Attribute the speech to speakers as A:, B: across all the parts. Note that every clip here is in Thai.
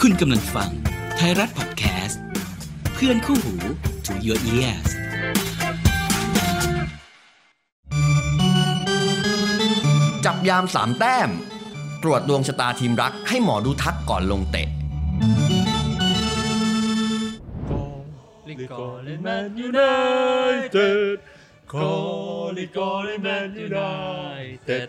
A: คุณกำลังฟัง ไทยรัฐพอดแคสต์ เพื่อนคู่หู to your ears
B: จับยามสามแต้ม ตรวจดวงชะตาทีมรักให้หมอดูทักก่อนลงเตะ
C: Calling, calling Man United. Calling, calling Man United.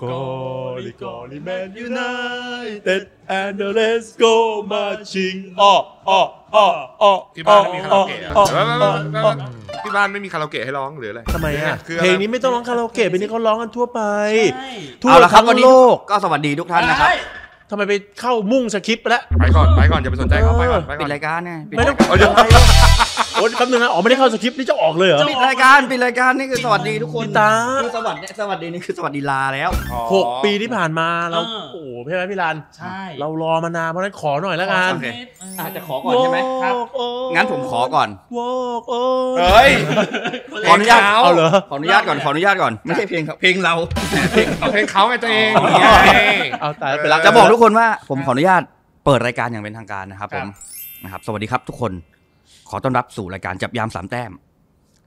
C: Calling, calling Man United. And let's go marching. Oh, oh, oh, oh.
D: ที่บ้านไม่มีคาราโอเกะอะที่บ้านไม่มีคาราโอเกะให้ร้องหรืออะไร
E: ทำไมอ่ะ
D: คือ
E: เพลงนี้ไม่ต้องร้องคาราโอเกะเพลงนี้เขาร้องกันทั่วไป ทั่ว
B: เอาละครับ
E: ทั้ง
B: วันนี้
E: โลก
B: ก็สวัสดีทุกท่านนะครับ
E: ทำไมไปเข้ามุ่งสคริปต์ไปแล้ว
D: ไปก่อนไปก่อนอย่าไปสนใจเขาไปก่อนไปก่
B: ปิ
D: อน
B: ดรายการไงปิด
E: ไม่ต้
B: รา
E: อง
B: ย
E: เอา
B: การ
E: เดี๋ยวโอ้ยแป๊บนึงนะอ๋อไม่ได้เข้าสคริปต์นี่จะออกเลยเหรอ
B: ปิดรายการปิดรายการนี่คือสวัสดีทุกคน
E: พี่ตา
B: คือสวัสดีสวัสดีนี่คือสวัสดีลาแล้ว
E: หกปีที่ผ่านมาเรา
C: เออ
E: โอ้โหใช่ไหมพี่รัน
C: ใช่
E: เรารอมานานเพราะฉะนั้นขอหน่อยละกัน
B: โอเค อาจจะขอก่อนใช่ไหม
E: โอ้โอ้
B: งั้นผมขอก่อน
E: โอ้โอ้
D: เฮ้ย
B: ขออนุญาต
E: เอาเหรอ
B: ขออนุญาตก่อนขออนุญาตก่อนไม่ใช่เพลงครับเพลงเรา
D: เพลงเขาไงตัวเอง
E: เอาตายแล้วไปรัก
B: จะบอกทุกคนว่าผมขออนุญาตเปิดรายการอย่างเป็นทางการนะครับผมนะครับสวัสดีครับทุกคนขอต้อนรับสู่รายการจับยามสามแต้ม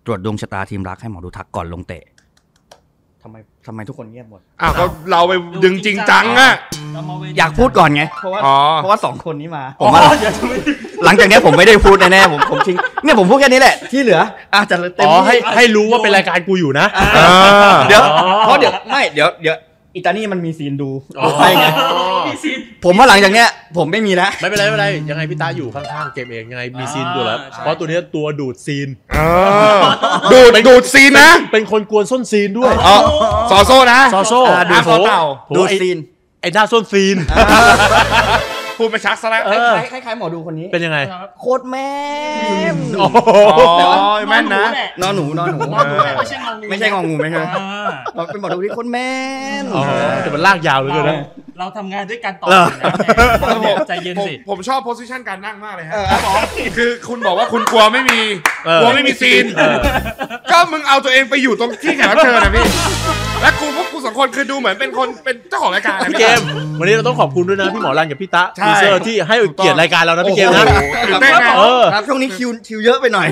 B: ตรวจดวงชะตาทีมรักให้หมอดูทักก่อนลงเตะทำไมทำไมทุกคนเงียบหมด
D: อ้าวก็เราไปดึงจริงจังอะ
B: อยากพูดก่อนไง เพราะว่า
D: อ๋อ
B: เพราะว่าสองคนนี้มาผมว่าหลังจากเนี้ยผมไม่ได้พูดแน่ๆผมผมทิ้งเนี่ยผมพูดแค่นี้แหละที่เหลืออาจจะเต็ม
E: อ๋อให้
B: ที่
E: ให้รู้ว่าเป็นรายการกูอยู่นะ
D: เดี๋
B: เดี๋
D: ย
B: ยว วเพราะเดี๋ยวไม่เดี๋ยวเดี๋ยวอิตาลีมันมีซีนดู
E: อ๋อ
B: ใช่ไงผมว่าหลังจากเนี้ย ผมไม่มีแล้ว
E: ไม่เป็นไรไม่เป็นไรยังไงพี่ตาอยู่ข้างๆเกมเองยังไงมีซีนตัวแล้วเพราะตัวเนี้ยตัวดูดซีน
D: ดูดดูดซีนนะ
E: เป็นคนกวนส้นซีนด้วย
D: อ๋อซอโซ่นะ
E: ซอโซ่
B: อ่าดู
E: โซ่
B: เต่าดูซีน
E: ไอ้หน้าส้นซีน
D: พูดไปชักซะแล้ว
E: เออ
B: คล้ายๆคล้ายๆหมอดูคนนี้
E: เป็นยังไง
B: โคตรแม่ม
E: โอ้โห
D: อ๋อแม่นนะ
B: นอนหนูนอนหนู
D: นอนหนูแหละ
B: ไม่ใช่งองูไม่ใช่งองูไม่ใช่เราเป็นหมอดูที่โคตรแม่น
E: อ๋อแต่มันลากยาวเหลยเกินนะ
F: เราทำงานด้วยกันต่อ
B: เหรอ
F: ใจเย็นสิ
D: ผมผมชอบโพสิชันการนั่งมากเลยฮะคือคุณบอกว่าคุณกลัวไม่มี
E: เออก
D: ลัวไม่มีซีน
E: เออ
D: ก็มึงเอาตัวเองไปอยู่ตรงที่แขกรับเชิญนะพี่ และกูพวกกูสองคนคือดูเหมือนเป็นคนเป็นเจ้าของรายการนะ
E: พี่
D: พี่
E: เกม วันนี้เราต้องขอบคุณด้วยนะพี่หมอรันกับพี่ตะ
D: ใช่
E: ทีเซอร์ที่ให้เกียรติรายการเรานะพี่เกมนะ
D: โอ้โหตื่นเต้นนะครับ
E: เออ
B: ครับช่วงนี้คิวคิวเยอะไปหน่อย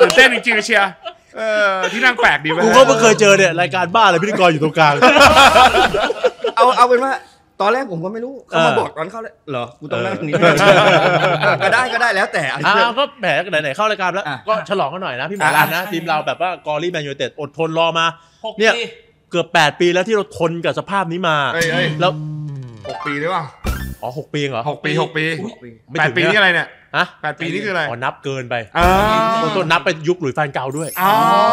D: ตื่นเต้นจริงๆเชียร์เออที่นั่งแปลกดีไหม
E: กูก็เพิ่งเคยเจอเนี่ยรายการบ้าเลยพิธีกรอยู่ตรงกลาง
B: เอาเอาเป็นว่า ตอนแรกผมก็ไม่รู้เขามา
E: เออ
B: บอกตอนเข้าเลยเหรอกูต้องนั่งตรง นี้ก็ได้ก็ได้แล้วแต่อัน
E: อ้า
B: นี้
E: วก็แหมไหนๆเข้ารายการแล้ว
B: อ่ะ
E: ก็ฉลองกันหน่อยนะพี่หมอรันนะ
F: อ่ะ
E: ทีมเราแบบว่ากอรี่แมนยูเต็ดอดทนรอมา
F: หก
E: เนี่ย
F: ปี
E: เกือบ 8 ปีแล้วที่เราทนกับสภาพนี้มา
D: เอ้ยเอ้ย
E: แล้ว
D: หกปีหรือเปล่า
E: อ๋อหกปีเองเหรอ
D: หกปีหกปี
E: ไม่
D: แปด
E: ถึง
D: ปีนี่อะไรเนี่ย
E: ฮะ
D: แปดปีนี่คืออะไร
E: อ๋อนับเกินไป
D: อ๋อ
E: ต้นต้นนับไปยุคหลุยส์แฟนเก่าด้วย
D: อ๋อ
E: เอ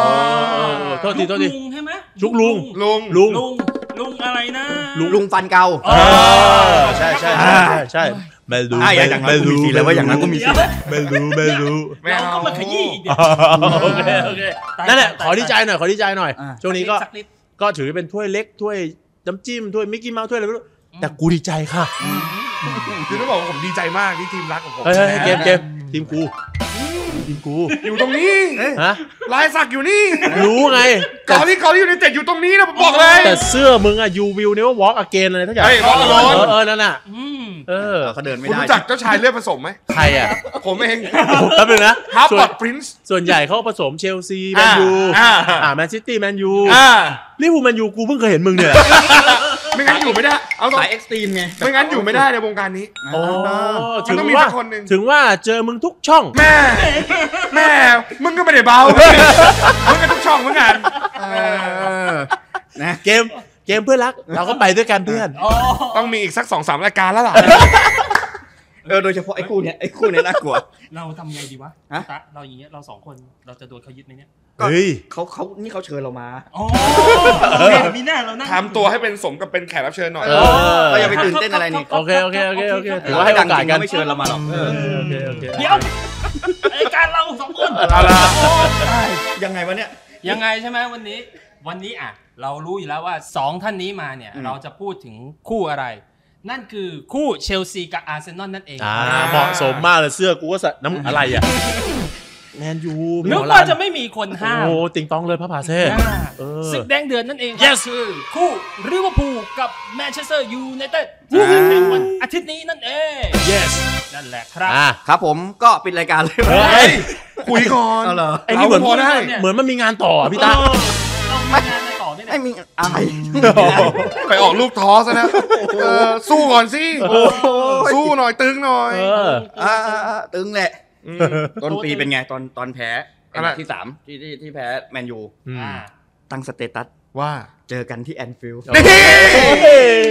E: อโทษทีโทษที
F: ลุงใช่ไหม
E: ยุคลุง
D: ลุง
E: ลุง
F: ลุง ลุงอะไรนะ
B: ลุงฟันเกา
E: เออใช่ใช่ใช่ใช่ใช่ไม่รู้
B: อ่ะอย่างนั้น
E: ไม่
B: ก็มี
E: รู้
B: สิแล้วว่าอย่างนั้นก็มีสิ
E: ไม่รู้ไม่รู้
D: ไม่
F: เรา
D: เอา
F: ก็มาขยี้อีกเดี๋ยว
E: โอเคโอเคนั่นแหละขอดีใจหน่อยขอดีใจหน่อย
B: อ่ะ
E: ช่วงนี้ก็
F: สันิด
E: ก็ถือเป็นถ้วยเล็กถ้วยน้ำจิ้มถ้วยมิกกี้เมาส์ถ้วยอะไรไม่รู้แต่กูดีใจค่ะ
D: คือต้องบอกว่าผมดีใจมากที่ทีมรักของผม
E: เฮ้ยเฮ้ยเกมเกมทีมกูทีมกู
D: อยู่ตรงนี้
E: ฮะ
D: ลายสักอยู่นี่
E: รู้ไงแต่
D: เกาหลีเกาหลีอยู่ในเจ็ดอยู่ตรงนี้นะผมบอกเลย
E: แต่เสื้อมึงอะยูวิวเนี่ยว่าวอล์กอเกนอะไรทั้งอย่าง
D: เฮ้ย walk alone
E: เออเออนั่นน่ะ
F: อืม
E: เออ
B: เขาเดินไม่
D: คุณ
B: ได้
D: รู้จักเจ้าชายเลือดผสมไหม
E: ใครอ่ะ
D: ผมเอง
E: แป๊บนึงนะ
D: ฮาร์
E: ส่
D: ป
E: ว
D: อน ดพรินซ์
E: ส่วนใหญ่เขาผสมเชลซีแมนยู
D: อ่าอ่า
E: อ่าแมนซิตี้แมนยู
D: อ่า
E: ลิเวอร์พูลแมนยูกูเพิ่งเคยเห็นมึงเนี่ย
D: ไม่งั้นอยู่ไม่ได้ เอาตรง
B: สายเอ็กซ์ตรีมไง
D: ไม่งั้นอยู่ไม่ได้ในวงการนี้
E: โอ้
D: มัน
E: ถึง
D: ต้องมี
E: ว่า
D: สักคนหนึ่ง
E: ถึงว่าเจอมึงทุกช่อง
D: แม่ แม่ มึงก็ไม่ได้เบา มึงก็ทุกช่องเหมือนกัน
B: เออนะ
E: เกมเกมเพื่อนรัก เราก็ไปด้วยกันเพื่อน
F: อ๋อ
D: ต้องมีอีกสักสองสามรายการแล้วล่ะ
B: เออโดยเฉพาะไอ้คู่เนี้ยไอ้คู่เนี้ยน่ากลัว
F: เราทำไงดีวะ
B: ฮะ
F: ตะเราอย่างเงี้ย เราสองคน เราจะโดนเขายึดไหมเนี่ย
E: เฮ้ย
B: เขาเขานี่เขาเชิญเรามา
F: อ๋อมีหน้าเรานั่ง
D: ทำตัวให้เป็นสมกับเป็นแขกรับเชิญหน่อย
E: เออ
B: เราอย่าไปตื่นเต้นอะไรนี่
E: โอเคโอเคโอเคโอเคถือว่า
B: ว่า
E: ให้โอ
B: ให้ดัง
E: กาส
B: จริง
E: กัน
B: เขาไม่เชิญเรามาหรอก
E: โอเคโอเค
F: เดี๋ยวรายการเราสองคน
D: เอาละ
B: ยังไงวะเนี่ย
F: ยังไงใช่ไหมวันนี้ วันนี้อ่ะ เรารู้อยู่แล้วว่าสองท่านนี้มาเนี่ย
B: อืม
F: เราจะพูดถึงคู่อะไร นั่นคือคู่เชลซีกับอาร์เซนอลนั่นเอง
E: อ่าเหมาะสมมากเลยเสื้อกูก็ใส่น้ำอะไรอ่ะ แมนยู
F: นึกว่าจะไม่มีคนห้าม
E: โอ้ติงตองเลยพระผาเซ่
F: อ่า
E: เออ
F: ศึกแดงเดือนนั่นเองครับคือคู่ลิเวอร์พูลกับแมนเชสเตอร์ยูไนเต็ดในวันอาทิตย์นี้นั่นเอง
E: yes
F: นั่นแหละครับ
E: อ่ะ
B: ครับผมก็ปิดรายการเลย
E: เฮ้ย
D: คุยก่อน
B: เอาเหรอ
E: ไอ้นี่เหมือน
D: ราพอได้
F: เนี่ย
E: เหมือนมันมีงานต่อพี่ตา
F: เออต้องมีงานไปต่อด้วยนะ
B: ไอ้มีอะไร
D: ไปออกลูกท้อซะนะเออสู้ก่อนสิ
B: ย
D: สู้หน่อยตึงหน่อย
E: เออ
B: อ่าๆๆตึงแหละ ต้นปี
F: โอ้ตึง
B: เป็นไงตอนตอนแพ้ไอ้
D: อะไร
B: ที่สามที่ที่ที่แพ้แมนยู
E: อืม
F: อ่า
B: ตั้งสเตตัส
D: ว่า
B: เจอกันที่แอนฟิลด์
D: นี่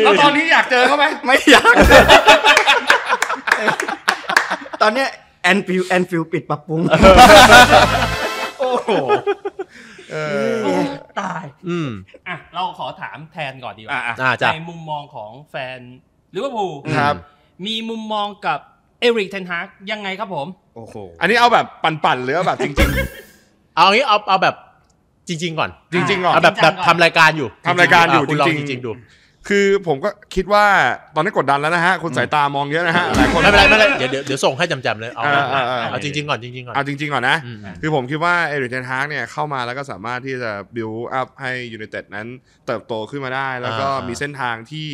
D: แล้วตอนนี้อยากเจอเขาไหม
B: ไม่อยาก ตอนเนี้ยแอนฟิลด์แอนฟิลด์ปิดปรับปรุง โอ้โห
D: เออ
F: ตาย
E: อืม
F: อ่ะ เราขอถามแทนก่อนดีกว่า
E: อ่าจ้ะ
F: ในมุมมองของแฟนลิเวอร์พูล
D: ครับ
F: มีมุมมองกับเอริกเทนฮากยังไงครับผม
B: โอ้โห
D: อันนี้เอาแบบปั่นๆหรือเอาแบบจริง
E: เอางี้เอาเอาแบบจริง ๆ ก่อน
D: ๆ จริง ๆ ก่อน
E: เอาแบบแบบทำรายการอยู่
D: ทำรายการอยู่
E: ะคุณลอง
D: จ
E: จ
D: ริงๆ
E: ริง ๆ ดู
D: คือผมก็คิดว่าตอนนี้กดดันแล้วนะฮะคุณสายตามองเยอะนะฮะหลายคน
E: ไม่เป็นไรไม่เป็นไรเดี๋ยวเดี๋ยวเดี๋ยวส่งให้จำๆเลย เอา
D: อ่าอ่าอ่า
E: เอาจริง ๆ ก่อนจริง ๆ ก่อน
D: เอาจริง ๆ ก่อนนะ
E: อืม
D: คือผมคิดว่าเอริกเทนฮากเนี่ยเข้ามาแล้วก็สามารถที่จะ build up ให้ยู i นเต็ดนั้นเติบโตขึ้นมาได้ แล้วก็
E: อ่ามี
D: มีเส้นทางที่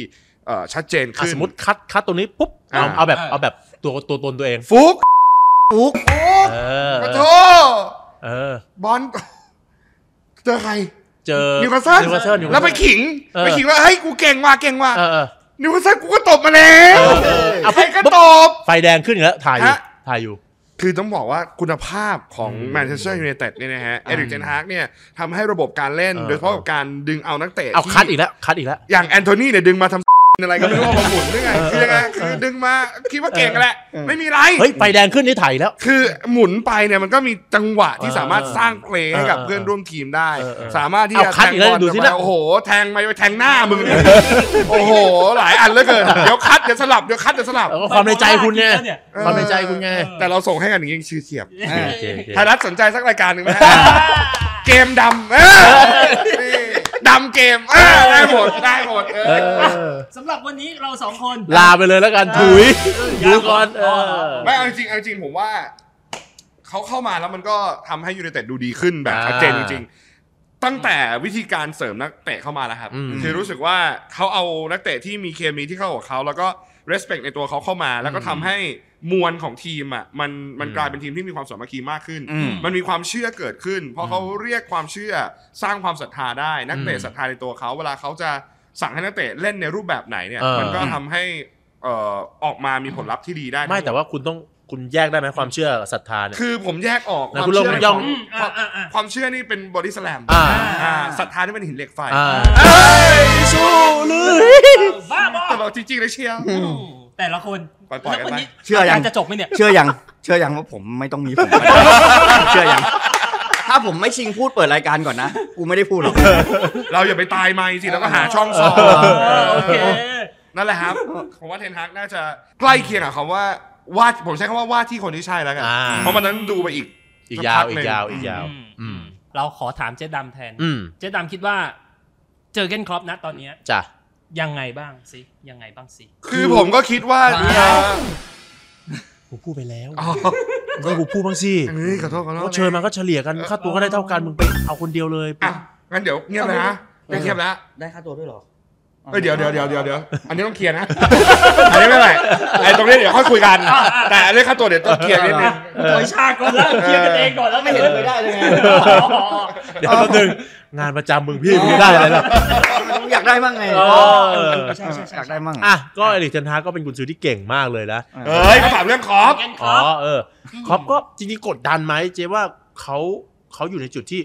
D: เอ่อชัดเจน
E: อ่ะ
D: ขึ้น
E: สมมติคัดคัดตัวนี้ปุ๊บ
D: อ่า
E: เอาเอาแบบ
F: อ่า
E: เอาแบบตัวตัวตนตัวเอง
D: ฟุก
B: ฟุก
E: เออ
D: ขอโทษ
E: เออบ
D: อล เจอใคร
E: เจอ
D: นิวคาสเซิล
E: นิวคาสเซิลนิวคาสเซิ
D: แล้วไปขิง
E: เออ
D: ไปขิงว่าเฮ้ยกูเก่งว่ะเก่งว่ะ
E: เออเออ
D: นิวคาสเซิลกูก็ตบมาแล้ว
E: เออเออเอา
D: ใครก็
E: ปุ๊บ
D: ตบ
E: ไฟแดงขึ้นอีกแล้วถ่ายอยู่
D: ฮะ
E: ถ่ายอยู่
D: คือต้องบอกว่าคุณภาพของ
E: อืม
D: แมนเชสเตอร์ยูไนเต็ดเนี่ยนะฮะ เอริกเจนฮากเนี่ยทำให้ระบบการเล่น
E: เออ
D: โดยเฉพาะกับการดึงเอานักเตะ
E: เอา
D: ที่
E: คัดอีกแล้วคัดอีกแล้ว
D: อย่างแอนโทนีเนี่ยดึงมาทำ อะไรก็ไม่รู้ว่ามาหมุนหรือไงคือยังไงคือดึงมาคิดว่าเก่งแหละ
B: เออ
D: ไม่มีไร
E: เฮ้ยไฟแดงขึ้นนี่ถ่ายอีกแล้ว
D: คือหมุนไปเนี่ยมันก็มีจังหวะที่สามารถสร้างเพลงให้กับ
E: เออ
D: เพื่อนร่วมทีมได้
E: เออเออ
D: สามารถที่จะ
E: เอาคัดอีกแล้วดูสิ
D: ไป
E: นะ
D: โอ้โห แทงไปแทงหน้ามึงเนี่ยโอ้โห หลายอันเหลือเกิน เดี๋ยวคัดเดี๋ยวสลับเดี๋ยวคัดเดี๋ยวสลับ
E: แล้วก็ความในใจคุณไง
F: เนี่ย
E: ความในใจคุณไง
F: อ
D: แต่เราส่งให้กันอย่างนี้ชื่อเสียบ
B: เออ
E: โอเคโอเค
D: ไทยรัฐสนใจสักรายการหนึ่งไหมฮะเกมดำเออนี่ดำเกมเออได้หมดได้หมดเออ
F: สำหรับวันนี้เราสองคน
E: ลาไปเลยแล้วกันถุยดูก่อนเออ
D: ไม่เอาจริงเอาจริงผมว่าเขาเข้ามาแล้วมันก็ทำให้ยู i นเต็ดดูดีขึ้นแบบ
E: อ่า
D: ชัดเจนจริงๆ ตั้งแต่วิธีการเสริมนักเตะเข้ามาแล้วครับ
E: อืม
D: คือรู้สึกว่าเขาเอานักเตะที่มีเคมีที่เข้ากับเขาแล้วก็ respect ในตัวเขาเข้ามา แล้วก็ทำให้มวลของทีมอ่ะมันมัน
E: อืม
D: กลายเป็นทีมที่มีความสามัคคีมากขึ้น
B: อืม
D: มันมีความเชื่อเกิดขึ้น เพราะเขาเรียกความเชื่อสร้างความศรัทธาได้ นักเตะ
E: อืม
D: ศรัทธาในตัวเขาเวลาเขาจะสั่งให้นักเตะเล่นในรูปแบบไหนเนี่ย
E: เออ
D: มันก็ทำให้เอ่อออกมามีผลลัพธ์ที่ดีได้ทั้งห
E: ไม่
D: ด
E: แต่ว่าคุณต้องคุณแยกได้ไหมความเชื่อกับศรัทธาเนี่ย
D: คือผมแยกออก
E: นะคุณลง
D: ความ
E: ย่
D: เชื่
E: อง
D: ข
F: อืมอ่าอ่าอ่า
D: ความเชื่อนี่เป็นบอดี้สแลม
E: อ่า
D: อ่าศรัทธาที่เป็นหินเหล็กไฟ
E: อ่า
D: เอ้ย
E: สู้เลย
F: บ้าบอ
D: แต่เราจริงๆเลยเชียว
F: แต่ละคน
D: ปล่อยๆกันไป
F: แล้ววันี้
B: เชื่อยัง
F: รจะจบไหมเนี่ย
B: เชื่อยัง เชื่อยังว่าผมไม่ต้องมีผม เชื่อยัง ถ้าผมไม่ชิงพูดเปิดรายการก่อนนะ กูไม่ได้พูดหรอก
D: เราอย่าไปตายไม่สิ แล้วก็หาช่องสอง
F: เออโอเค
D: นั่นแหละครับ ผมว่าเทนฮากน่าจะใกล้เคียงกับคำว่าว่าผมใช้คำว่าว่าที่คนที่ใช่แล้วกัน
E: อ่า
D: เพราะมันนั้นดูไปอีก
E: อีกยาวอีกยาวอีกยาว
F: อืม
E: อืม
F: เราขอถามเจ๊ดำแทน
E: อืม
F: เจ๊ดำคิดว่า เจอเกนครอปนะตอนเนี้ย
E: จ้ะ
F: ยังไงบ้างสิยังไงบ้างสิ
D: คือผมก็คิดว่า
F: ว้าว
E: กูพูดไปแล้ว
D: อ๋อ
E: ก็กูพูดบ้างสิ
D: เฮ้ยขอโทษขอโท
E: ก็
D: ษ
E: เชิญมาก็เฉลี่ยกันค่าตัวก็ได้เท่ากันมึงไปเอาคนเดียวเลย
D: อ่ะงั้นเดี๋ยวเงียบเลยนะได้เงียบแล้ว
B: ได้ค่าตัวด้วยหรอ
D: เอ้ยเดี๋ยวเดี๋ยวเดี๋ยวเดี๋ยวเดี๋ยวอันนี้ต้องเคลียร์นะ อันนี้ไม่เป็นไรไอ้ตรงนี้เดี๋ยวค่อยคุยกัน แต่เรื่องค่าตัวเดี๋ยวต้องเคลียร์นิดนึง
F: โอยชาก่อนแล้วเคลียร์กันเองก่อนแล้วไม่เห็นเลยได้เลยไงอ๋อ
E: เดี๋ยวแป๊บนึงงานประจำมึงพี่มึงได้อะไรล่ะ
B: อยากได้บ้างไง
E: เออ
B: เออใช่ใช่ใช่อยากได้บ้าง
E: อ่ะก็เอริกเทนฮากก็เป็นกุญซือที่เก่งมากเลยนะ
D: เอ้ยเขาถามเรื่องคอ
F: เจอ
D: ร์ฟ
F: เกนคร
E: อ๋
F: อ
E: อ
F: ป
E: เออครอปก็จริงๆกดดันไหมเจ๊ว่าเขาเขาอยู่ในจุดที่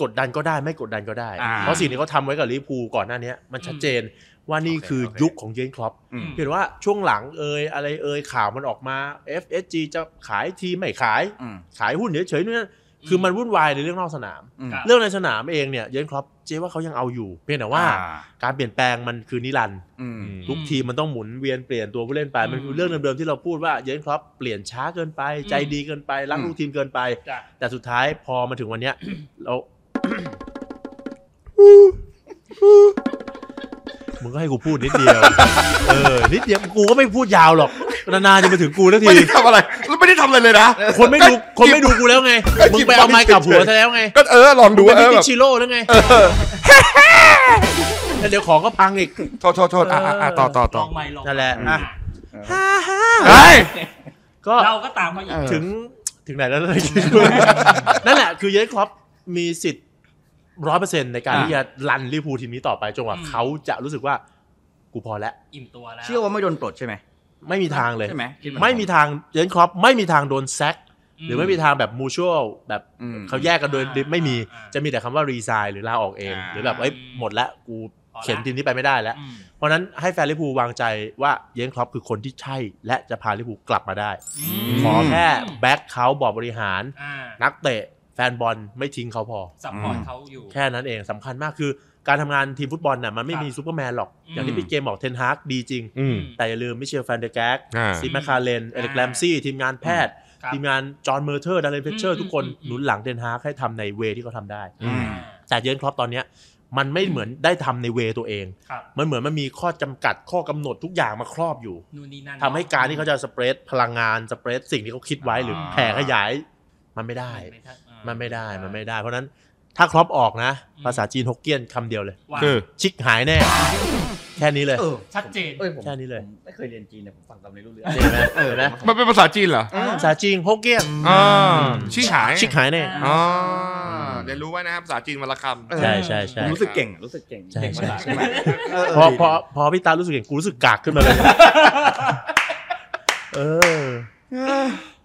E: กดดันก็ได้ไม่กดดันก็ได้
B: อ่า
E: เพราะสิ่งที่เขาทำไว้กับลิเวอร์พูลก่อนหน้าเนี้ยมันชัดเจนว่านี่คือ
B: โอเค
E: ยุคของเยนครอป
B: อืม
E: เห็นว่าช่วงหลังเอยอะไรเอยข่าวมันออกมา FSG จะขายทีมไม่ขาย
B: อืม
E: ขายหุ้นเฉยๆนู่นนั่นคือมันวุ่นวายในเรื่องนอกสนาม
B: อืม
F: ครับ
E: เรื่องในสนามเองเนี่ยเยนครอปเจ๊ว่าเขายังเอาอยู่ เพียงแต่ว่า
B: อ่
E: การเปลี่ยนแปลงมันคือนิรันดร์
B: อืม
E: ทุกทีมมันต้องหมุนเวียนเปลี่ยนตัวผู้เล่นไป มันคือเรื่องเดิมๆที่เราพูดว่าเยร์เกนคล็อปเปลี่ยนช้าเกินไป ใจดีเกินไป รักลูกทีมเกินไป
F: จ้ะ
E: แต่สุดท้ายพอมาถึงวันเนี้ย เรา มึงก็ให้กูพูดนิดเดียว เออ นิดเดียวกูก็ไม่พูดยาวหรอก นานๆจะมาถึงกูสัก
D: ไม่
E: ที
D: ได้ทำอะไรแล้วไม่ได้ทำอะไรเลยนะ
E: คนไม่ดูคนไม่ดูกูแล้วไง
D: ก็ห
E: มึ
D: ยิ
E: ง
D: บ
E: ไปเอาไม้กลับหัว
D: เฉยๆ
E: ซะแล้วไง
D: ก็เออลองดู
E: เป็น
D: ว่าเอ
E: พิติ
D: อแบบ
E: ชิโร่แล้วไงแล้วเดี๋ยวของก็พังอีก
D: โทษโทษโทษอ่ะอ่ะอ่ะต่อต่อ
F: ล
D: ต่อ
F: องใหม่ลอง
E: นั่นแหละ
F: ใม่
E: อ่ะ
D: เฮ้ย
E: ก็
F: เราก็ตามเขาอีก
E: ถึงถึงไหนแล้วนะ นั่นแหละ คือเยนครอปมีสิทธิ์ร้อยเปอร์เซ็นต์ในการ
B: อ่า
E: ที่จะรันลิเวอร์พูลทีมนี้ต่อไปจนกว่า
F: อืม
E: เขาจะรู้สึกว่ากูพอแล้ว
F: อิ่มตัวแล้ว
B: เชื่อว่าไม่โดนปลดใช่ไหม
E: ไม่มีทางเลย
B: ใช่ไหมคิดเหอนกัน
E: ไม่มีทางเยนครอปไม่มีทางโดนแซกหรือไม่มีทางแบบมูชัวแบบ
B: อืม
E: เขาแยกกันโดย
F: อ่า
E: ดิไม่มี
F: อ่า
E: จะมีแต่คำว่ารีไซน์หรือลาออกเอง
D: อ่า
E: หรือแบบเอ้ยหมดละกู
F: พอละ
E: เข็นทีมนี้ไปไม่ได้แล้ว
F: อืม
E: เพราะฉะนั้นให้แฟนลิเวอร์พูลวางใจว่าเยนครอปคือคนที่ใช่ และจะพาลิเวอร์พูลกลับมาได้
B: อืม
E: ขอแค่แบ็คเขาบอร์ดบริหาร
F: อ่า
E: นักเตะแฟนบอลไม่ทิ้งเขาพอ
F: ซัพพอร์ตเขาอยู่
E: แค่นั้นเองสำคัญมากคือ การทำงานทีมฟุตบอลน่ะมันไม่มีซูเปอร์แมนหรอก
F: อืม
E: อย่างที่พี่เกมบอกเทนฮากดีจริง
D: อืม
E: แต่อย่าลืมมิเชลแฟนเดอร์แก๊ก
D: อ่า
E: ซีแมคคาเลนเอเล็กแลมซี่ทีมงานแพทย์
F: ครับ
E: ทีมงานจอห์นเมอร์เทอร์ดาเลนเพชเชอ
F: อื
E: ร์
F: ม
E: ทุกคน
F: อืมอืม
E: หนุนหลังเทนฮากให้ทำในเวที่เขาทำได้
D: อืม
F: อ่า
E: แต่เยอร์เกนครอปตอนเนี้ยมันไม่เหมือนได้ทำในเวตัวเอง
F: ครับ
E: มันเหมือนมันมีข้อจำกัดข้อกำหนดทุกอย่างมาครอบอยู่
F: นู่นนี่นั่น
E: ทำให้การที่เขาจะสเปรดพลังงานสเปรดสิ่งที่เขาคิดไว้หรือแผ่ขยายมันไม่ได้
F: ไม่ทันอ่า
E: มันไม่ได้มันไม่ได้ เพราะฉะนั้นถ้าครอปออกนะ
F: อืม
E: ภาษาจีนฮกเกี้ยนคำเดียวเลย
F: ว่า
D: คือ
E: ชิกหายแน่ แค่นี้เลย
B: เออ
F: ชัดเจน
B: เอ้ยผม
E: แค่นี้เลย
B: ผมไม่เคยเรียนจีนเนี่ยผมฟังคำนี้รู้เรื่อง
E: เห็นไหมเออนะ
D: มันเป็นภาษาจีนเหรอ
E: ภาษาจีนฮกเกี้ยน
D: อ่าชี้หาย
E: ชิกหายแน่
F: อ่า
D: อ๋อเดี๋ยวรู้ไว้นะครับภาษาจีนวันละคำ
E: ใช่ใช่
B: ผ
E: ใช่
B: มรู้สึกเก่งอะรู้สึกเก่ง
E: ใช่
B: เก่งมา
E: ใช่
B: ก
E: ใช่
B: เเ
E: พอพอพอพี่ตารู้สึกอย่างกูรู้สึกกากขึ้นมาเลย เออ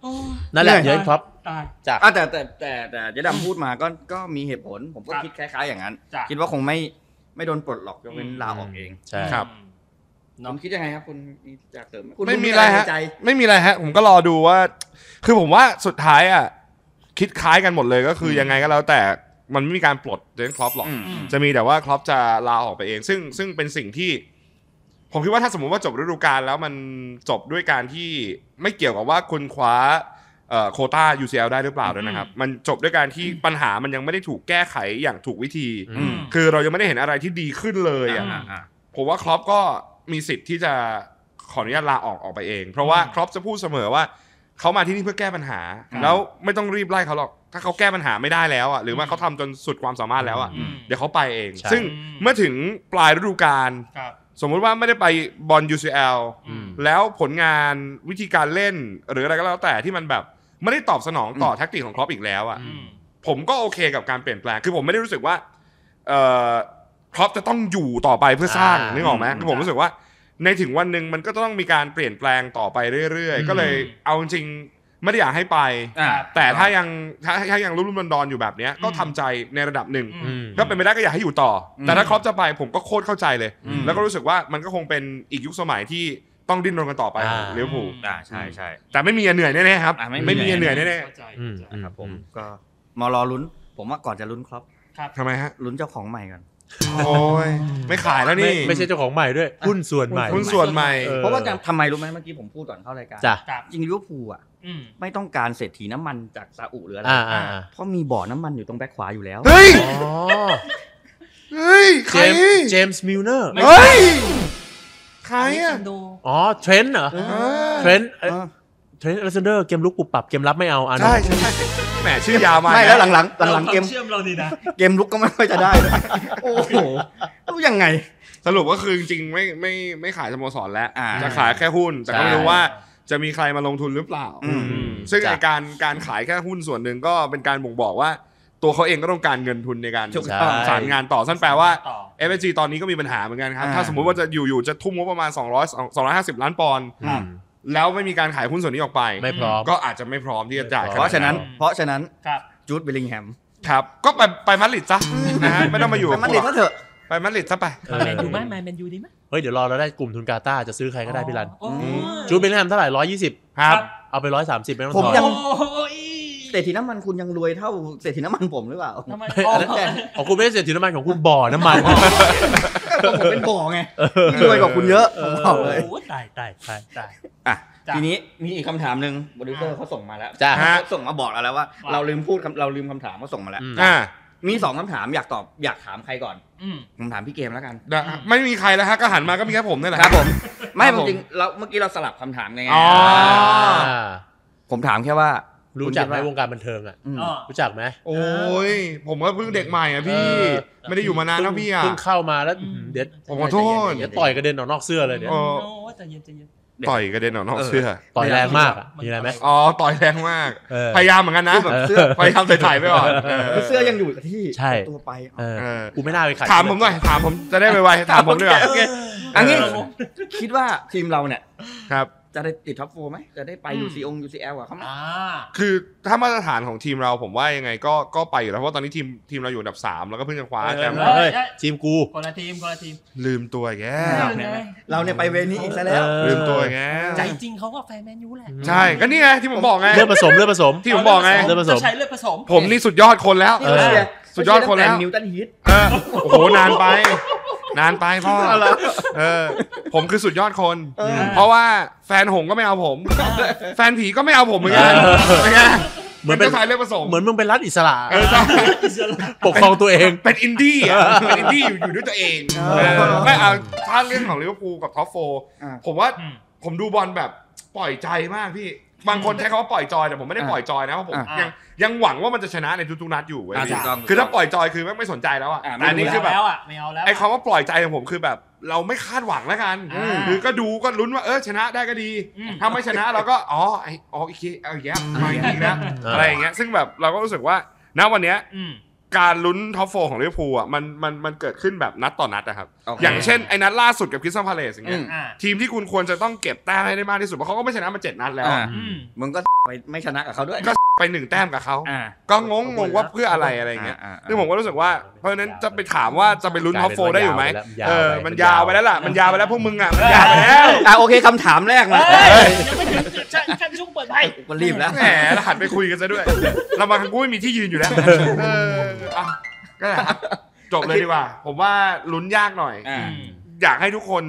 F: โอ้ย
E: นั่นแหละเยอะครับ
F: ตาย
E: จาก
B: อ่ะแต่แต่แต่แต่เจ๊ดำพูดมาก็ก็มีเหตุผล ผมก็
F: ครับ
B: คิดคล้าย ๆ อย่างนั้น
F: จ้ะ
B: คิดว่าคงไม่ไม่โดนปลดหรอกยกเว้นลาออกเอง
E: ใช่
D: ครับ
B: น้องคิดยังไงครับ คุณมีจากเสริมหคุณ
D: ไม่มีอะไร
B: ใน
D: ฮะ
B: ใจ
D: ไม่มีอะไรฮะ ผมก็รอดูว่า คือผมว่าสุดท้ายอ่ะ คิดคล้ายกันหมดเลยก็คือยังไงก็แล้วแต่มันไม่มีการปลดเจนครอปหรอก
B: อืม
D: จะมีแต่ว่าครอปจะลาออกไปเอง ซึ่งซึ่งเป็นสิ่งที่ ผมคิดว่าถ้าสมมติว่าจบฤดูกาลแล้วมันจบด้วยการที่ไม่เกี่ยวกับว่าคุณคว้าเอ่อโควต้า UCL ได้หรือเปล่าด้วยนะครับ มันจบด้วยการที่ปัญหามันยังไม่ได้ถูกแก้ไขอย่างถูกวิธี
B: อืม
D: คือเรายังไม่ได้เห็นอะไรที่ดีขึ้นเลยอ่ะ ผมว่าครอปก็มีสิทธิ์ที่จะขออนุญาตลาออกออกไปเอง เพราะว่า
F: อืม
D: ครอปจะพูดเสมอว่าเขามาที่นี่เพื่อแก้ปัญหา
B: ครับ
D: แล้วไม่ต้องรีบไล่เขาหรอก ถ้าเขาแก้ปัญหาไม่ได้แล้วอ่ะหรือว่าเขาทำจนสุดความสามารถแล้วอ่ะ
F: อืม
D: เดี๋ยวเขาไปเอง
E: ใช่
D: ซึ่ง
F: อืม
D: เมื่อถึงปลายฤดูกาล
F: ครับ
D: สมมุติว่าไม่ได้ไปบอล UCL
F: อืม
D: แล้วผลงานวิธีการเล่นหรืออะไรก็แล้วแต่ที่มันแบบไม่ได้ตอบสนองต่ออแท็กติกของครอปอีกแล้วอ่ะ ผมก็โอเคกับการเปลี่ยนแปลง คือผมไม่ได้รู้สึกว่าเอ่อครอปจะต้องอยู่ต่อไปเพื่อสร้าง
E: อ่านึ
D: นึกออกไหม
B: อืม
D: คือผมรู้สึกว่า ในถึงวันหนึ่งมันก็ต้องมีการเปลี่ยนแปลงต่อไปเรื่อย
E: อืม
D: ๆ ก็เลยเอาจริงๆไม่ได้อยากให้ไป
B: อ่ะ
D: แต่ถ้ายังถ้าถ้ายังรุ่มรุ่มดอนๆอยู่แบบเนี้ยก็ทำใจในระดับหนึ่ง
F: อื
E: อืม
D: ถ้าเป็นไปได้ก็อยากให้อยู่ต่ออ
B: ม
D: แต่ถ้าครอปจะไปผมก็โคตรเข้าใจเลย
B: อืม
D: แล้วก็รู้สึกว่ามันก็คงเป็นอีกยุคสมัยที่ต้องดิ้นรนกันต่อไปของ
E: อ่า
D: ลิเวอร์พูล
B: อ่าใช่ใช่
D: แต่ไม่มีอันเหนื่อยแน่ๆครับ
B: อ่ะไม่มี
D: ไม่มีอันเหนื่อยแน่
F: เข้าใจ
E: อืมอืม
B: ครับผมก็มารอลุ้น ผมว่าก่อนจะลุ้นครับ
D: ๆทำไมฮะ
B: ลุ้นเจ้าของใหม่ก่อน
D: โอ้ยไม่ขายแล้ว
E: ไม่
D: นี่
E: ไม่ใช่เจ้าของใหม่ด้วยหุ้นส่วนใหม่
D: หุ้นส่วนใหม่
E: เออ
B: เพราะว่าจะทำไมรู้ไหมเมื่อกี้ผมพูดก่อนเข้ารายการ
E: จ้ะ
F: ครับ
B: จริงลิเวอร์พูลอ่ะ
F: อืม
B: ไม่ต้องการเศรษฐีน้ำมันจากซาอุหรืออะไร
E: อ่าอ่าอ่า
B: เพราะมีบ่อน้ำมันอยู่ตรงแบ็คขวาอยู่แล้ว
D: เฮ้ย
E: อ๋อ
D: เฮ้ย ใค
E: เจ
D: ร
E: มส์เจมส์มิลเนอร์
F: ไม่
D: เฮ้ย ใคร
F: อั
D: อ่ะ
F: นโด
E: อ๋อเทรนต์เหรอ
D: เออ
E: เทรนต์เอ่อเทรนต์อเล็กซานเดอร์เกมลุกปุบปับเกมรับไม่เอาอ่าน
D: ใช่ใช่ใช่แหมชื่อยาวมา
B: ไม่แล้วหลังๆหลัง
F: รา
B: หลังๆเกม
F: ควาเชื่อมเราดีนะ
B: เกมลุกก็ไม่ค่อยจะได้ โอ้โหรู้ยังไง
D: สรุปก็คือจริงๆไม่ไม่ไม่ขายสโมสรแล้ว
B: อ่า
D: จะขายแค่หุ้น แต่ก็ไม่รู้
B: ใช่
D: ว่าจะมีใครมาลงทุนหรือเปล่า
B: อืม
D: อืมซึ่ง
B: จ้ะ
D: ไอ้การการขายแค่หุ้นส่วนหนึ่งก็เป็นการบ่งบอกว่า ตัวเขาเองก็ต้องการเงินทุนในการ
B: ถูก
E: ใช่
B: ต้อง
D: สารงานต่อสั้นแปลว่า
F: ต่อ
D: f อ g ตอนนี้ก็มีปัญหาเหมือนกันครับ
B: อ่า
D: ถ้าสมมุติว่าจะอยู่ๆจะทุ่มงบประมาณ 200 250 ล้านปอนด์
E: อืม
D: แล้วไม่มีการขายหุ้นส่วนนี้ออกไป
E: ไม่พร้อม
D: ก็อาจจะไม่พร้อมที่จะจ่าย
E: ไม่พร้อม
B: เพราะฉะนั้น
F: อืม
B: เพราะฉะนั้น
F: ครับ
B: จูดเบลลิงแฮม
D: ครับ ก็ไปไปมาดริดซะนะฮะไม่ต้องมาอยู่
B: ไป
D: กับ
B: มา
D: กู
B: ดริด
D: หร
B: ก็
D: อก
B: เถอะ
D: ไปมาดริดซะไป
E: เออ
F: แมนยูไหมแมนยูดีไหม
E: เฮ้ย เดี๋ยวรอเราได้กลุ่มทุนกาตาร์จะซื้อใครก็ได้พี่รัน
F: โอ้
B: อื
F: ย
E: จูดเบลแฮมเท่าไหร่ร้อยยี่สิบ
D: ครับ
E: เอาไปร้อยสามสิบไม่ต้อง
B: ผม
E: ถอย
B: ยัง
F: โอ้ย
B: เศรษฐีน้ำมันคุณยังรวยเท่าเศรษฐีน้ำมันผมหรือเปล่า
F: ทำไม
E: เฮ้ยอันนั้นของคุณไม่ได้เสียถิน้ำมันของคุณบ่อน้ำมัน
B: ก็ผมเป็นบ่อไงรวยกว่าคุณเยอะผมบอกเลย
F: โอ้ยตายตายตายตาย
B: อ่ะ
F: จ้ะ
B: ทีนี้มีอีกคำถามหนึ่งโปรดิวเซอร์เขาส่งมาแล้ว
E: จ้ะ
B: เขาส่งมาบอกเราแล้วว่า
F: ว่า
B: เราลืมพูดคำเราลืมคำถามเขาส่งมาแล้ว
D: อ่า
B: มีสองคำถามอยากตอบอยากถามใครก่อน
F: อืม
B: ผมถามพี่เกมแล้วกัน
D: นะฮะไม่มีใครแล้วฮะก็หันมาก็มีแค่ผมนี่แหละ
B: ค
D: ฮะ
B: รับผม ไม่
D: ครับผม
B: จริงๆเราเมื่อกี้เราสลับคำถามไง
D: อ๋อ
E: อ่า
B: ผมถามแค่ว่ารู้
E: รู้จักไหมวงการบันเทิงอ่ะ
B: อืม
E: รู้จักไหม
D: โอ้ยผมก็เพิ่งเด็กใหม่อ่ะพี่ ไม่ได้อยู่มานานแล้วพี่อ่ะ
E: เพิ่งเข้ามาแล้ว
F: อืม
E: เดี๋ยว
D: ผมขอโทษ
E: เดี๋ยวต่อยกระเด็นออกนอกเสื้อเลยเดี๋ยว
D: โอ้
F: โอ้ใจเย็นใจเย็น
D: ต่อยกระเด็นออกนอกเสื้อ
E: ต่อยแรงมากอะมีอะไรไหม
D: อ๋อต่อยแรงมาก
E: เออ
D: พยายามเหมือนกันนะ
B: แบบเสื้อ
D: พยายามใส่ถ่ายไปก่อนเออ
B: คือเสื้อยังอยู่กับที่
E: ใช่
B: ตัวไป
E: เออ
D: เออ
E: กูไม่น่าไปขาย
D: ถามผมหน่อยถามผมจะได้ไวๆถามผมด้วย
B: โอเคโอเคอันนี้คิดว่าทีมเราเนี่ย
D: ครับ
B: จะได้ติดท็อปโฟไหมจะได้ไป
F: อืม
B: ยูซีองยูซีแอลกับเขาไหม
F: อ่า
D: คือถ้ามาตรฐานของทีมเราผมว่ายังไงก็ก็ไปอยู่แล้วเพราะว่าตอนนี้ทีมทีมเราอยู่อันดับสามแล้วก็เพิ่งจะคว้าแชมป์
F: เออ
E: เฮ้ยทีมกู
F: คนละทีมคนละทีม
D: ลืมตัวแก
B: เออ
F: ไง
B: เราเนี่ยไปเวนี้อีกซะแล้ว
E: เออ
D: ลืมตัวแก
F: ใจจริงเขาก็แฟนแมนยูแหละ
D: ใช่ก็นี่ไงที่ผมบอกไง
E: เลือดผสมเลือดผสม
D: ที่ผมบอกไง
E: เลือดผสม
F: จะใช้เลือดผสม
D: ผมนี่สุดยอดคนแล้ว
E: เออ
B: เชียร์
D: สุดยอดคนแล้ว
B: นิวตันฮีท
D: เออโอ้โหนานไป นานไปพ่อเออ ผมคือสุดยอดคน
B: เออ
D: เพราะว่าแฟนหงก็ไม่เอาผม แฟนผีก็ไม่เอาผมเหมือนกันเป็นไง
E: เหมือ
D: เป็
E: น นเป็น
D: เจ้าชายเลือดผสม
E: เหมือนมึงเป็นรัฐอิสระ
D: เออใช่
E: ปกครองตัวเอง
D: เป็นอินดี้อะเป็นอินดี้อยู่อยู่ด้วยตัวเอง
B: เออ
D: เออไม่เอาถ้าเรื่องของลิเวอร์พูลกับท็อปโฟร์
B: อ่ะ
D: ผมว่า
F: อืม
D: ผมดูบอลแบบปล่อยใจมากพี่ บางคนใช้คำว่าปล่อยจอยแต่ผมไม่ได้
B: อ่ะ
D: ปล่อยจอยนะเพราะผม
B: อ่ะ
D: ยังยังหวังว่ามันจะชนะในทุกๆนัดอยู่เว้ย
B: อ่ะถูกต้อง
D: คือถ้าปล่อยจอยคือไม่ไม่สนใจแล้วอ่ะ
B: อ่ะไม่
D: แต่อันนี้
B: รู้
D: คือแบบ
F: แล้วอ่ะไม่เอาแล้ว
D: ไอ้คำว่าปล่อยใจของผมคือแบบ เราไม่คาดหวังแล้วกัน
F: อ่า
D: คือก็ดูก็ลุ้นว่าเออชนะได้ก็ดี
F: อืม
D: ถ้าไม่ชนะเราก็ อ๋อไอ้อ๋ออีกทีเอาอีกแล้วมาอีกทีนะ
E: อ่า
D: อะไรอย่างเงี้ยซึ่งแบบเราก็รู้สึกว่าณวันเนี้ย
F: อืม
D: การลุ้นท็อปโฟของลิเวอร์พูลอ่ะมันมันมันเกิดขึ้นแบบนัดต่อนัดนะครับ
B: โอเค
D: อย่างเช่นไอ้นัดล่าสุดกับคริสตัลพาเลสอย่างเงี้ย
B: อืม
F: อ่า
D: ทีมที่คุณควรจะต้องเก็บแต้มให้ได้มากที่สุดเพราะเขาก็ไม่ชนะมาเจ็ดนัดแล้ว
B: อ่ะ
F: อืม
B: มึงก็ไปไม่ชนะกับเขาด้วย
D: ก็ ไปหนึ่งแต้มกับเขา
B: อ่ะ
D: ก็งงงงว่าเพื่ออะไรอะไรอย่างเงี้ย
B: ะะ
D: ซึ่งผมก็รู้สึกว่า เพราะฉะนั้นจะไปถามว่าจะไปลุ้นท็อปโฟได้อยู่ไหม
E: ยาว
D: เอ
E: ไปแล้วยาวไป
D: อมันยาวไปแล้วล่ะ มันยาวไปแล้วพวกมึงอ่ะ มันยาวไปแล้ว
B: อ่ะโอเคคำถามแรกมา
F: เฮ้ยยังไม่ถึงจุดชั้นขั้นช่วงเปิดไพ่
B: มันรีบแล้ว
D: แหมแล้วหันไปคุยกันซ ะด้วย เรามาทางกูไม่มีที่ยืนอยู่แล้ว เอออ่ะก็แหละครับจบเลยดีกว่า ผมว่าลุ้นยากหน่อย
B: อ่ะ
F: อืม
D: อยากให้ทุกคน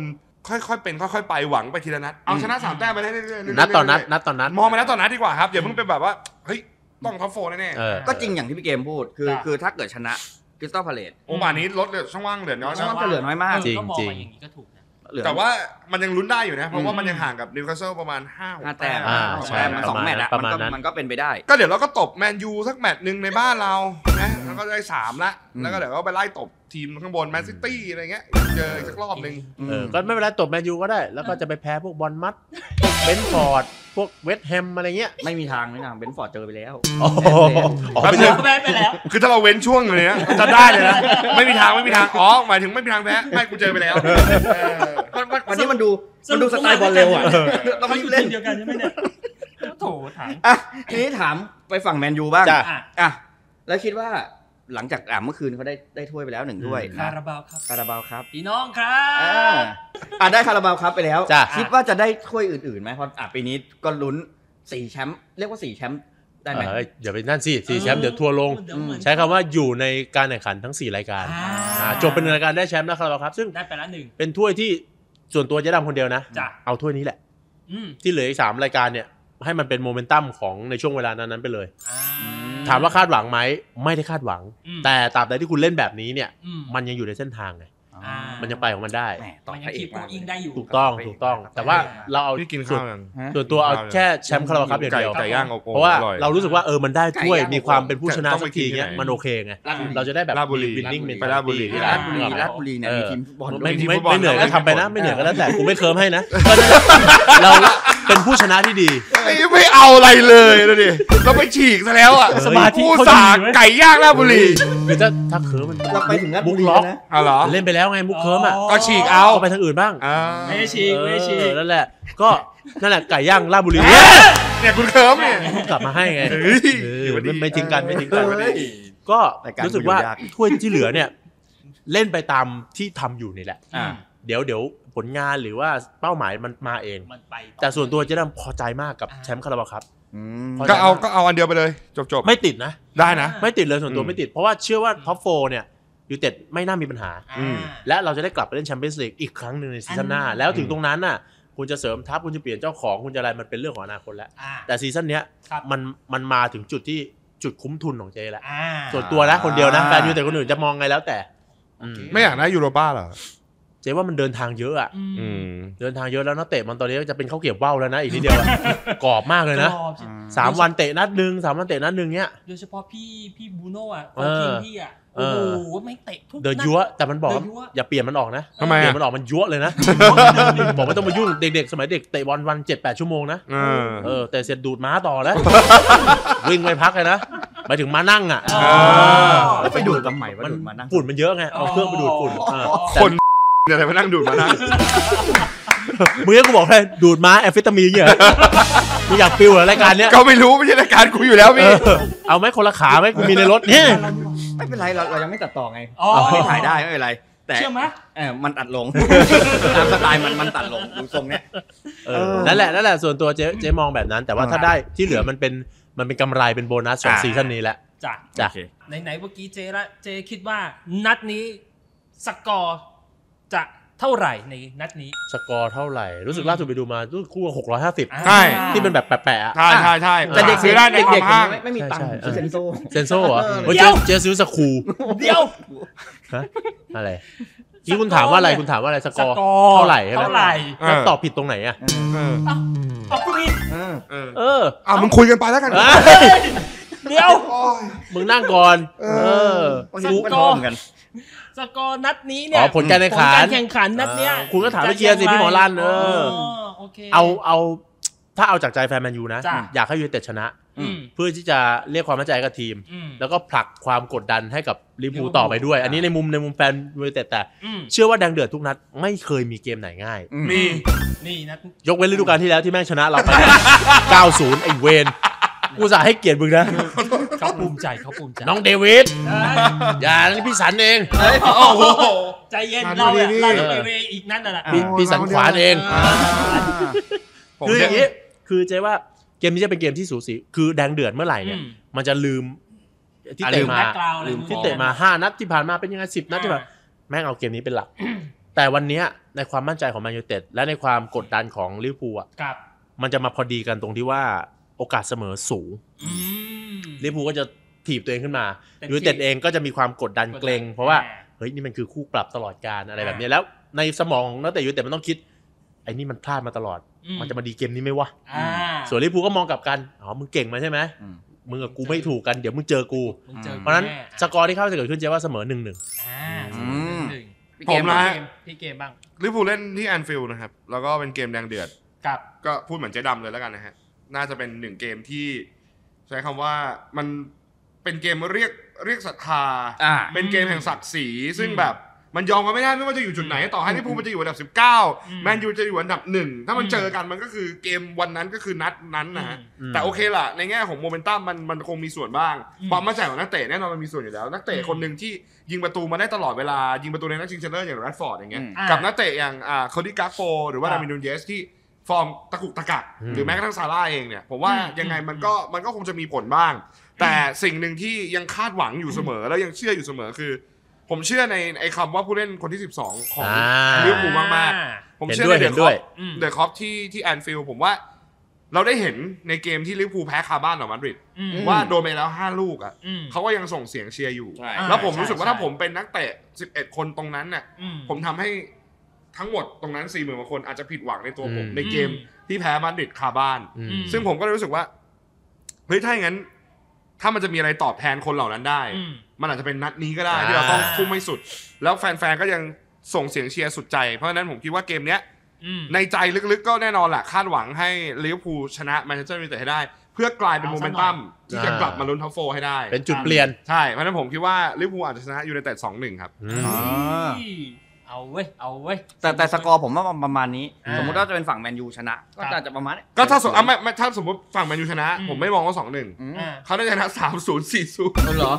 D: ค่อยๆเป็นค่อยๆไปหวังไปทีละนัด เอาชนะสามแต้มไปได้เรื่อยๆเรื่ยๆ
E: นัดต่อนัด
D: เรื่ย
E: นัดต่อนัด
D: ๆมองไปนัดต่อนัดดีกว่าครับ อย่าเพิ่งไปแบบว่า เฮ้ย ต้องท็อปโฟแน่
E: เออ
B: ก็จริงอย่างที่พี่เกมพูด คือ
F: ครับ
B: คือถ้าเกิดชนะคริสตัลพาเลต
D: ๆโอกาสนี้ลดเหลือช่องว่างเหลือน้อย
B: ช่
D: นะ
B: งว่าง เหลือน้อยมาก
E: จริง
F: เก็มอ
E: จริง
F: ไปอย่างนี้ก็ถูกนะ
B: เหลือ
D: แต่ว่ามันยังลุ้นได้อยู่นะ เพราะว่ามันยังห่างกับนิวคาสเซิลประมาณห้าหก
B: ห้าแต้ม
E: อ่า
B: สอง
E: ใช่
B: แต้มมันสองแมตช์อะ
E: ป
B: มั
E: ระมาณ
B: นก็
E: นั้น
B: มันก็เป็นไปได้
D: ก็เดี๋ยวเราก็ตบแมนยูสักแมตช์หนึ่งในบ้านเรานะแล้วก็ได้สามละ
B: อืม
D: แล้วก็เดี๋ยวก็ไปไล่ตบทีมข้างบนแมนซิตี้อะไรเงี้ยเจออีกสักรอบหนึ่ง
E: เออก็ไม่เป็นไรตบแมนยูก็ได้ แล้วก็จะไปแพ้พวกบอล มัดพวกเบนฟอร์ด พวกเวสต์แฮมอะไรเงี้ย
B: ไม่มีทางไม่มีทางเบนฟอร์ดเจอไปแล้ว
E: โอ้โหออก
D: แป๊บ
E: ไป
D: นึ
E: เรื่
D: ง
E: อ
F: แพ้ไปแล้ว
D: คือถ้าเราเว้นช่วงเลยนะจะได้เลยนะ ไม่มีทางไม่มีทาง อ๋อหมายถึงไม่มีทางแพ้ไม่กูเจอไปแล้วเออ
B: มันมันวันนี้มันดู
F: สรุป
B: มันดูสไตล์บอล
F: สรุป
B: เร็วอ่ะเรา
F: เขา
B: ไม่
F: อยู่
B: เล่
F: ที
B: น
F: มเดียวกันใช่ไหมเนี่ยโถถาม
B: อ่ะทีนี้ถามไปฝั่งแมนยูบ้าง
E: จ้ะ
F: อ่ะ
B: อ่ะแล้วคิดว่าหลังจากอ่ะเมื่อคืนเขาได้ได้ถ้วยไปแล้วหนึ่งถ้วย
E: อืม
F: คา
B: นะ
F: ราบาวครับ
B: คาราบาวครับ
F: พี่น้องครั
B: อ่า
F: บ
B: อ่ะได้คาราบาวครับไปแล้ว
E: จ้ะ
B: คิดว่าจะได้ถ้วยอื่นๆไหมเพราะอ่ะปีนี้ก็ลุ้นสี่แชมป์เรียกว่าสี่แชมป์ได้ไหม
E: เอออย่าไปนั่นสิสี่แชมป์เดี๋ยวทัวร์ลง
F: เดี๋ยวเหมือน
E: ใช้คำว่าอยู่ในการแข่งขันทั้ง 4 รายการ
F: อ่า
E: อ่าจบเป็นรายการได้แชมป์แล้วครับครับ ซึ่ง
F: ได้ไปละหนึ่ง
E: เป็นถ้วยที่ส่วนตัวเจะดำคนเดียวนะ
F: จ้ะ
E: เอาถ้วยนี้แหละ
F: อืม
E: ที่เหลืออีกสามรายการเนี่ย ให้มันเป็นโมเมนตัมของในช่วงเวลานั้นๆไปเลย
F: อ่า
E: ถามว่าคาดหวังไหมไม่ได้คาดหวัง
F: อืม
E: แต่ตราบใดที่คุณเล่นแบบนี้เนี่ย
F: อืม
E: มันยังอยู่ในเส้นทางไง
F: อ่า
E: มันยังไปของมันได้
B: แหมต
F: มั
B: อบ
F: นยัง
B: พระเอ
F: คี
B: ก
F: บโก
B: มาก
F: อิงได้อยู่
E: ถูกต้องถูกต้อง แต่ว่าเราเอา
D: พี่กิน
E: ส่ว
D: ข้าวน ยัง
B: ฮะ
E: ส่วนตัวเอาแค่แชมป์คาราบาวครับอย่าง
D: ไก่
E: เดียว
D: ไก่ย่างอบโอ่ง
E: เพราะว่า
D: ออย
E: เรารู้สึกว่าเออมันได้ถ้วย
B: ไก่ย่าง
E: มีความเป็นผู้ชนะ
D: ต้อง
E: สั
D: ไป
E: กทีเงี้ย
D: กินที่ไหน
E: มันโอเคไง
B: ราชบุรี
E: เราจะได้แบบ
D: ราชบุรี
E: วินนิ่งเมน
D: ไปราชบุรี
B: ราชบุรีราชบุรีเนี่ยมีทีมฟุตบอลด้ว
E: ไม่
B: ย
E: ไม่ไม่เหนื่อยก็ทำไปนะ ไม่เหนื่อยก็แล้วแต่กูไม่เคิร์มให้ นะก็นั่นแหละเราเป็นผู้ชนะที่ดี
D: เอ้ยไม่เอาอะไรเลยนะดิเราไปฉีกซะแล้วอ่ะ
E: สมาธิ
D: ผู้
E: เขาดี
D: สาห์
E: เว้ย
D: ไก่ย่างราชบุรี
E: คือถ้าถ้าเคิร์มมัน
B: เราไปถึงราชบุรี
E: มุก
B: แล้
E: ล็อ
B: ว
E: ก
B: นะ
D: เอาเหรอ
E: เล่นไปแล้วไงมุกเคิร์มอ่ะ
D: ก็ฉีกเอา
E: เอาไปทางอื่นบ้าง
D: อ่า
F: ไม่ได้ฉีกไม่ได้ฉี
E: เอก อนั่นแหละ ก็นั่นแหละไก่ย่างราชบุรี
D: เนี่ยคุณเคิร์มเนี่ย
E: กลับมาให้ไง
D: เฮ้ย
E: เออ
D: อยู่ดี
E: ไม่ไม่ทิ้งกันไม่ทิ้งกัน
B: เฮ้ย
E: ก็
B: รายการ
E: รู้สึกว่า
B: อยู่ยาก
E: ถ้วยที่เหลือเนี่ย เล่นไปตามที่ทำอยู่นี่แหละ
B: อ่า
E: เดี๋ยวเดี๋ยวผลงานหรือว่าเป้าหมายมันมาเอง
F: มันไปอ
E: แต่ส่วนตัวเจะดํพอใจมากกับ
F: อ่า
E: แชมป์คาราบาวครับ
B: อืม
E: พ
D: ก็เอาก็เอาอันเดียวไปเลย จบจบ
E: ไม่ติดนะ
D: ได้นะ
E: ไม่ติดเลยส่วนตัว
D: อืม
E: ไม่ติด เพราะว่าเชื่อว่าท็อปโฟเนี่ยยูเต็ดไม่น่ามีปัญหา
F: อ่า
D: อืม
E: และเราจะได้กลับไปเล่นแชมเปี้ยนส์ลีกอีกครั้งหนึ่งในซีซั่นหน้า
F: อืม
E: แล้วถึงตรงนั้นน่ะ คุณจะเสริมทัพคุณจะเปลี่ยนเจ้าของคุณจะอะไรมันเป็นเรื่องของอนาคตแล้ว
F: อ่า
E: แต่ซีซั่นเนี้ย
F: ครับ
E: มันมันมาถึงจุดที่ จุดคุ้มทุนของเจแล้ว
F: อ่า
E: ส่วนตัวนะคนเดียวนะ
B: อ่า
E: แฟนยูแต่คนอื่นจะมองไงแล้วแต่อืม
D: ไม่อยากได้ยูโรป้าเหรอ
E: เจว่ามันเดินทางเยอะอะ
D: อืม
E: เดินทางเยอะแล้วนักเตะมันตอนนี้ก็จะเป็นข้าวเกรี๊ยวว่าวแล้วนะอีกนิดเดียวอะ กรอบมากเลยนะ
F: กรอบสิ
E: สามวันเตะนัดหนึ่งสามวันเตะนัดหนึ่งเนี้ย
F: โดยเฉพาะพี่พี่บูโน่อะ
E: เอ
F: โอง
E: อ
F: ทีมพี่อะ
E: เอ
F: โอ้
E: อ
F: โหไม่เตะทุก
E: เดิน
F: นัด
E: ยั่วแต่มันบอกว่า
F: เดินยั่ว
E: อย่าเปลี่ยนมันออกนะ
D: ทำไมอะ
E: เปลี่ยนมันออกมันยั่ว เลยนะ บอกไม่ต้องมายุ่งเด็กๆ สมัยเด็กเตะบอลวันเจ็ดแปดชั่วโมงนะ
D: เออ
E: เออแต่เสร็จดูดม้าต่อ แล้ว วิ่งไม่พักเลยนะหมายถึงม้านั่งอ่ะ
F: อ๋อ
B: แล้วไปดูดกับใหม่ว่าดูดมานั่ง
E: ฝุ่นมันเยอะไงเอาเครื่องไปดูดฝุ่น
F: อ๋อ
E: เออ
D: คน เดี๋ยวไหนมานั่งดูดมานั่ง
E: แต่มึงให้กูบอกเลยดูดม้าแอมเฟตามีนเนี่ยมึงอยากฟิลเหรอรายการเนี้ย
D: ก็ไม่รู้ไม่ใช่รายการกูอยู่แล้ว
E: เอ
D: พี่
E: อเอาไหมคนละขาไหมกูมีในรถเนี่ย
B: ไม่เป็นไรเราเรายังไม่ตัดต่อไง
F: อ๋อ
B: เราไม่ถ่ายได้ไม่เป็นไร แต่
F: เชื่อไหม
B: เออมันตัดลง ตามสไตล์มันมันตัดลงดูทรงเนี้ย
E: เออนั่นแหละนั่นแหละส่วนตัวเจ๊เจ๊มองแบบนั้น แต่ว่าถ้าได้ที่เหลือมันเป็นมันเป็นกำไรเป็นโบนัสของ
B: อ่า
E: ซีซั่นนี้แหละ
F: จ้ะ
E: จ้ะ
B: โอเค
F: ไหนๆเมื่อกี้เจละเจคิดว่านัดนี้สกอร์จะเท่าไหร่ในนัดนี้
E: สกอร์เท่าไหร่ รู้สึกล่าสุดไปดูมารู้สึกคู่หกร้อยห้าสิบ
F: อ่า
D: ใช่
E: ที่เป็นแบบแปะๆอะ
D: ใช่ใช่ใช่
E: แต่เด็ก
D: ซื้อได้ในความห้าง
B: ไม่ไม่มีตังค์
E: ใช่ใช่
B: ซื้อเซนโซ
E: เซนโซ่เหรอ
B: เออ
E: เฮ้ยเจ๊เจ๊ซื้อสคู
F: เดียว
E: ฮะอะไรที่คุณถามว่าอะไรคุณถามว่าอะไรสกอร์
F: สกอร์
E: เท่าไหร่ใช่ไหม
F: เท่าไหร่
E: แล้วตอบผิดตรงไหนอ่ะ
D: เออ
F: เอากูผิด
B: เออ
D: เออ
E: เออ
D: อ่ะมึงคุยกันไปแล้วกัน
E: เอ้ย
F: เดียว
E: มึงนั่งก่อนเออ
B: โอ้ยรู้กัน
F: สกอ
B: พร้
F: ร์
B: อมกัน
F: สกอร์นัดนี้เนี่ย
E: อ๋อผลการแข่งขัน
F: ผลการแข่งขันนัดเนี้ย
E: อ่าคุณก็ถามเมื่อกี้สิพี่หมอลั่นเออ
F: โอเค
E: เอาเอาถ้าเอาจากใจแฟนแมนยูนะ
F: จ้ะ
E: อยากให้ยูไนเต็ดชนะ
F: อืม
E: เพื่อที่จะเรียกความมั่นใจกับทีม
F: อืม
E: แล้วก็ผลักความกดดันให้กับลิเวอร์พูล
F: ลิเวอร์พูล
E: ต่อไปด้วย อันนี้ในมุมในมุมแฟนยูไนเต็ดแต่
F: อืม
E: เชื่อว่าแดงเดือดทุกนัดไม่เคยมีเกมไหนง่าย
B: อืม
D: มี
F: นี่นัด
E: ยกเว้นฤดูกาลที่แล้วที่แม่งชนะเราไป 90 ไอ้เวนกูจะให้เกียรติมึงนะ
F: เขาภูมิใจเขาภูมิใจ
E: น้องเดวิด
F: เอ้ย
E: อย่านี่พี่สันเอง
D: โอ้โห
F: ใจเย็น
D: มาดู
F: เราอะ
D: ดีๆ
F: เราจะไปเวย์อีกนั่นน่ะแหละ
B: อ่ะ
E: พี่พี่สันขวานเอง
D: ผม
E: คืออย่าง
D: เนี่
E: นี้
D: ย
E: คือเจ๊ว่าเกมนี้จะเป็นเกมที่สูสีคือแดงเดือดเมื่อไหร่เนี่ย
F: อืม
E: มันจะลืมที่
B: อ่ะ
E: เตะ
B: ลืม
E: มา
F: แบ็คกราวด์อะไร
B: ลืม
E: ที่เตะมาห้านัดที่ผ่านมาเป็นยังไงสิบนัดที่ผ่าน แม่งเอาเกมนี้เป็นหลัก แต่วันเนี้ยในความมั่นใจของแมนยูเต็ดและในความกดดันของลิเวอร์พูลอ่ะ
F: กับ
E: มันจะมาพอดีกันตรงที่ว่าโอกาสเสมอสูง
F: อืม
E: ลิเวอร์พูลก็จะถีบตัวเองขึ้นมา
F: เต็มที่
E: ยูเต็ดเองก็จะมีความกดดันเกรง เพราะว่า
F: อ่า
E: เฮ้ยนี่มันคือคู่ปรับตลอดการอะไร
F: อ่า
E: แบบเนี้ยแล้ว ในสมองของนักเตะยูเต็ดมันต้องคิดไอ้นี่มันพลาดมาตลอด
F: อื
E: มันจะมาดีเกมนี้ไหมวะ
F: อ่า
E: ส่วนลิเวอร์พูลก็มองกลับกันอ๋อมึงเก่งมาใช่ไหม
B: อืม
E: มึงกับกูไม่ถูกกันเดี๋ยวมึงเจอกู
F: มึงจอ
E: เพราะฉะนั้น
F: แ
E: สกอร์ที่เข้าจะเกิดขึ้นจะว่าเสมอหนึ่งหนึ่ง
F: อ่า
B: อืม
F: หนึ่งพี่
D: ผ
F: เก
D: มนะฮะ
F: เกมพี่เกมบ้าง
D: ลิเวอร์พูลเล่นที่แอนฟิลด์นะครับ แล้วก็เป็นเกมแดงเดือด
F: กับ
D: ก็พูดเหมือนเจ๊ดำเลยแล้วกันนะฮะ น่าจะเป็นหนึ่งเกมที่ ใช้คำว่ามันเป็นเกมเรียกเรียกศรัทธา
B: อ่า
D: เป็นเกมแห่งศักดิ์ศรีซึ่งแบบมันยอมกันไม่ได้ไม่ว่าจะอยู่จุดไหนต่อให้ลิเวอร์พูลมันจะอยู่อันดับ 19 แมนยูจะอยู่อันดับหนึ่งถ้ามันเจอกันมันก็คือเกมวันนั้นก็คือนัดนั้นนะฮะ
E: อืม
D: แต่โอเคล่ะ ในแง่ของโมเมนตัมมันมันคงมีส่วนบ้าง ความมั่นใจของนักเตะแน่นอนมันมีส่วนอยู่แล้ว นักเตะคนหนึ่งที่ยิงประตูมาได้ตลอดเวลา ยิงประตูในนัดชิงชนะเลิศอย่างแรดฟอร์ดอย่างเงี้ย
B: อืม
F: อ่า
D: กับนักเตะอย่างอ่าคอดี้กาโฟหรือว่า
F: ครับ
D: ดามินูนเยสที่ฟอร์มตะกุกตะกัก
E: อืม
D: หรือแม้กระทั่งซาร่าเองเนี่ยผมว่า
F: อืม
D: ยังไง
F: อืม
D: มันก็มันก็คงจะมีผลบ้าง แต่สิ่งหนึ่งที่ยังคาดหวังอยู่เสมอ แล้วยังเชื่ออยู่เสมอคือ ผมเชื่อในไอ้คำว่าผู้เล่นคนที่ 12 ของ
E: อ่า
D: ลิเวอร์พูลมากๆ ผม
E: เห็น
D: เชื่
E: ด้
D: อ
E: วย
D: ในเด
E: เห็
D: อะ
E: น
D: ค
E: ด้
D: อ
E: วย
D: ป
F: อืม
D: เดอะคอปที่ที่แอนฟิลด์ผมว่า เราได้เห็นในเกมที่ลิเวอร์พูลแพ้คาบ้านต่อมาดริด
F: อืม
D: ว่าโดนไปแล้ว 5 ลูกอ่ะ
F: อืม
D: เขาก็ยังส่งเสียงเชียร์อยู่
B: ใช่
D: แล้วผม
F: ใช่
D: รู้สึกว่า
F: ใช่
D: ถ้าผมเป็นนักเตะ 11 คนตรงนั้นเนี่ย
F: อื
D: ผมทำให้ทั้งหมดตรงนั้นสี่หมื่นกว่าคนอาจจะผิดหวังในตัวผม
E: อืม
D: ในเกมที่แพ้มาดริดคาบ้าน
E: อืม
F: ม
D: ซึ่งผมก็เลยรู้สึกว่าเฮ้ยถ้าอย่างนั้น ถ้ามันจะมีอะไรตอบแทนคนเหล่านั้นได้
F: อืม
D: มันอาจจะเป็นนัดนี้ก็ได้
E: อ่า
D: ที่เราต้องทุ่มให้สุด แล้วแฟนๆก็ยังส่งเสียงเชียร์สุดใจ เพราะฉะนั้นผมคิดว่าเกมเนี้ย
F: อืม
D: ในใจลึกๆก็แน่นอนแหละคาดหวังให้ลิเวอร์พูลชนะแมนเชสเตอร์ยูไนเต็ดให้ได้ เพื่อกลายเป็นโมเมนตัมที่จะกลับมาลุ้นท็อปโฟร์ให้ได้
E: เป็นจุดเปลี่ยน
D: ใช่เพราะฉะนั้นผมคิดว่าลิเวอร์พูลอาจจะชนะยูไนเต็ดสองหนึ่งครับ
B: อ๋อ
F: เอาเว้ย เอาเว้ย
B: แต่แต่สกอร์ผมว่าประมาณนี้
F: อ่า
B: สมมติว่าจะเป็นฝั่งแมนยูชนะ ก็
F: ครับ
B: น่าจะประมาณเนี้ย
D: ก็ถ้าสมมติอ่ะไม่ไม่ถ้าสมมติฝั่งแมนยูชนะ
F: อืม
D: ผมไม่มองว่าสองหนึ่ง
B: อืม
F: อ่า
D: เขาน่าจะชนะสามศูนย์สี่ศูนย์
B: เอาเหรอ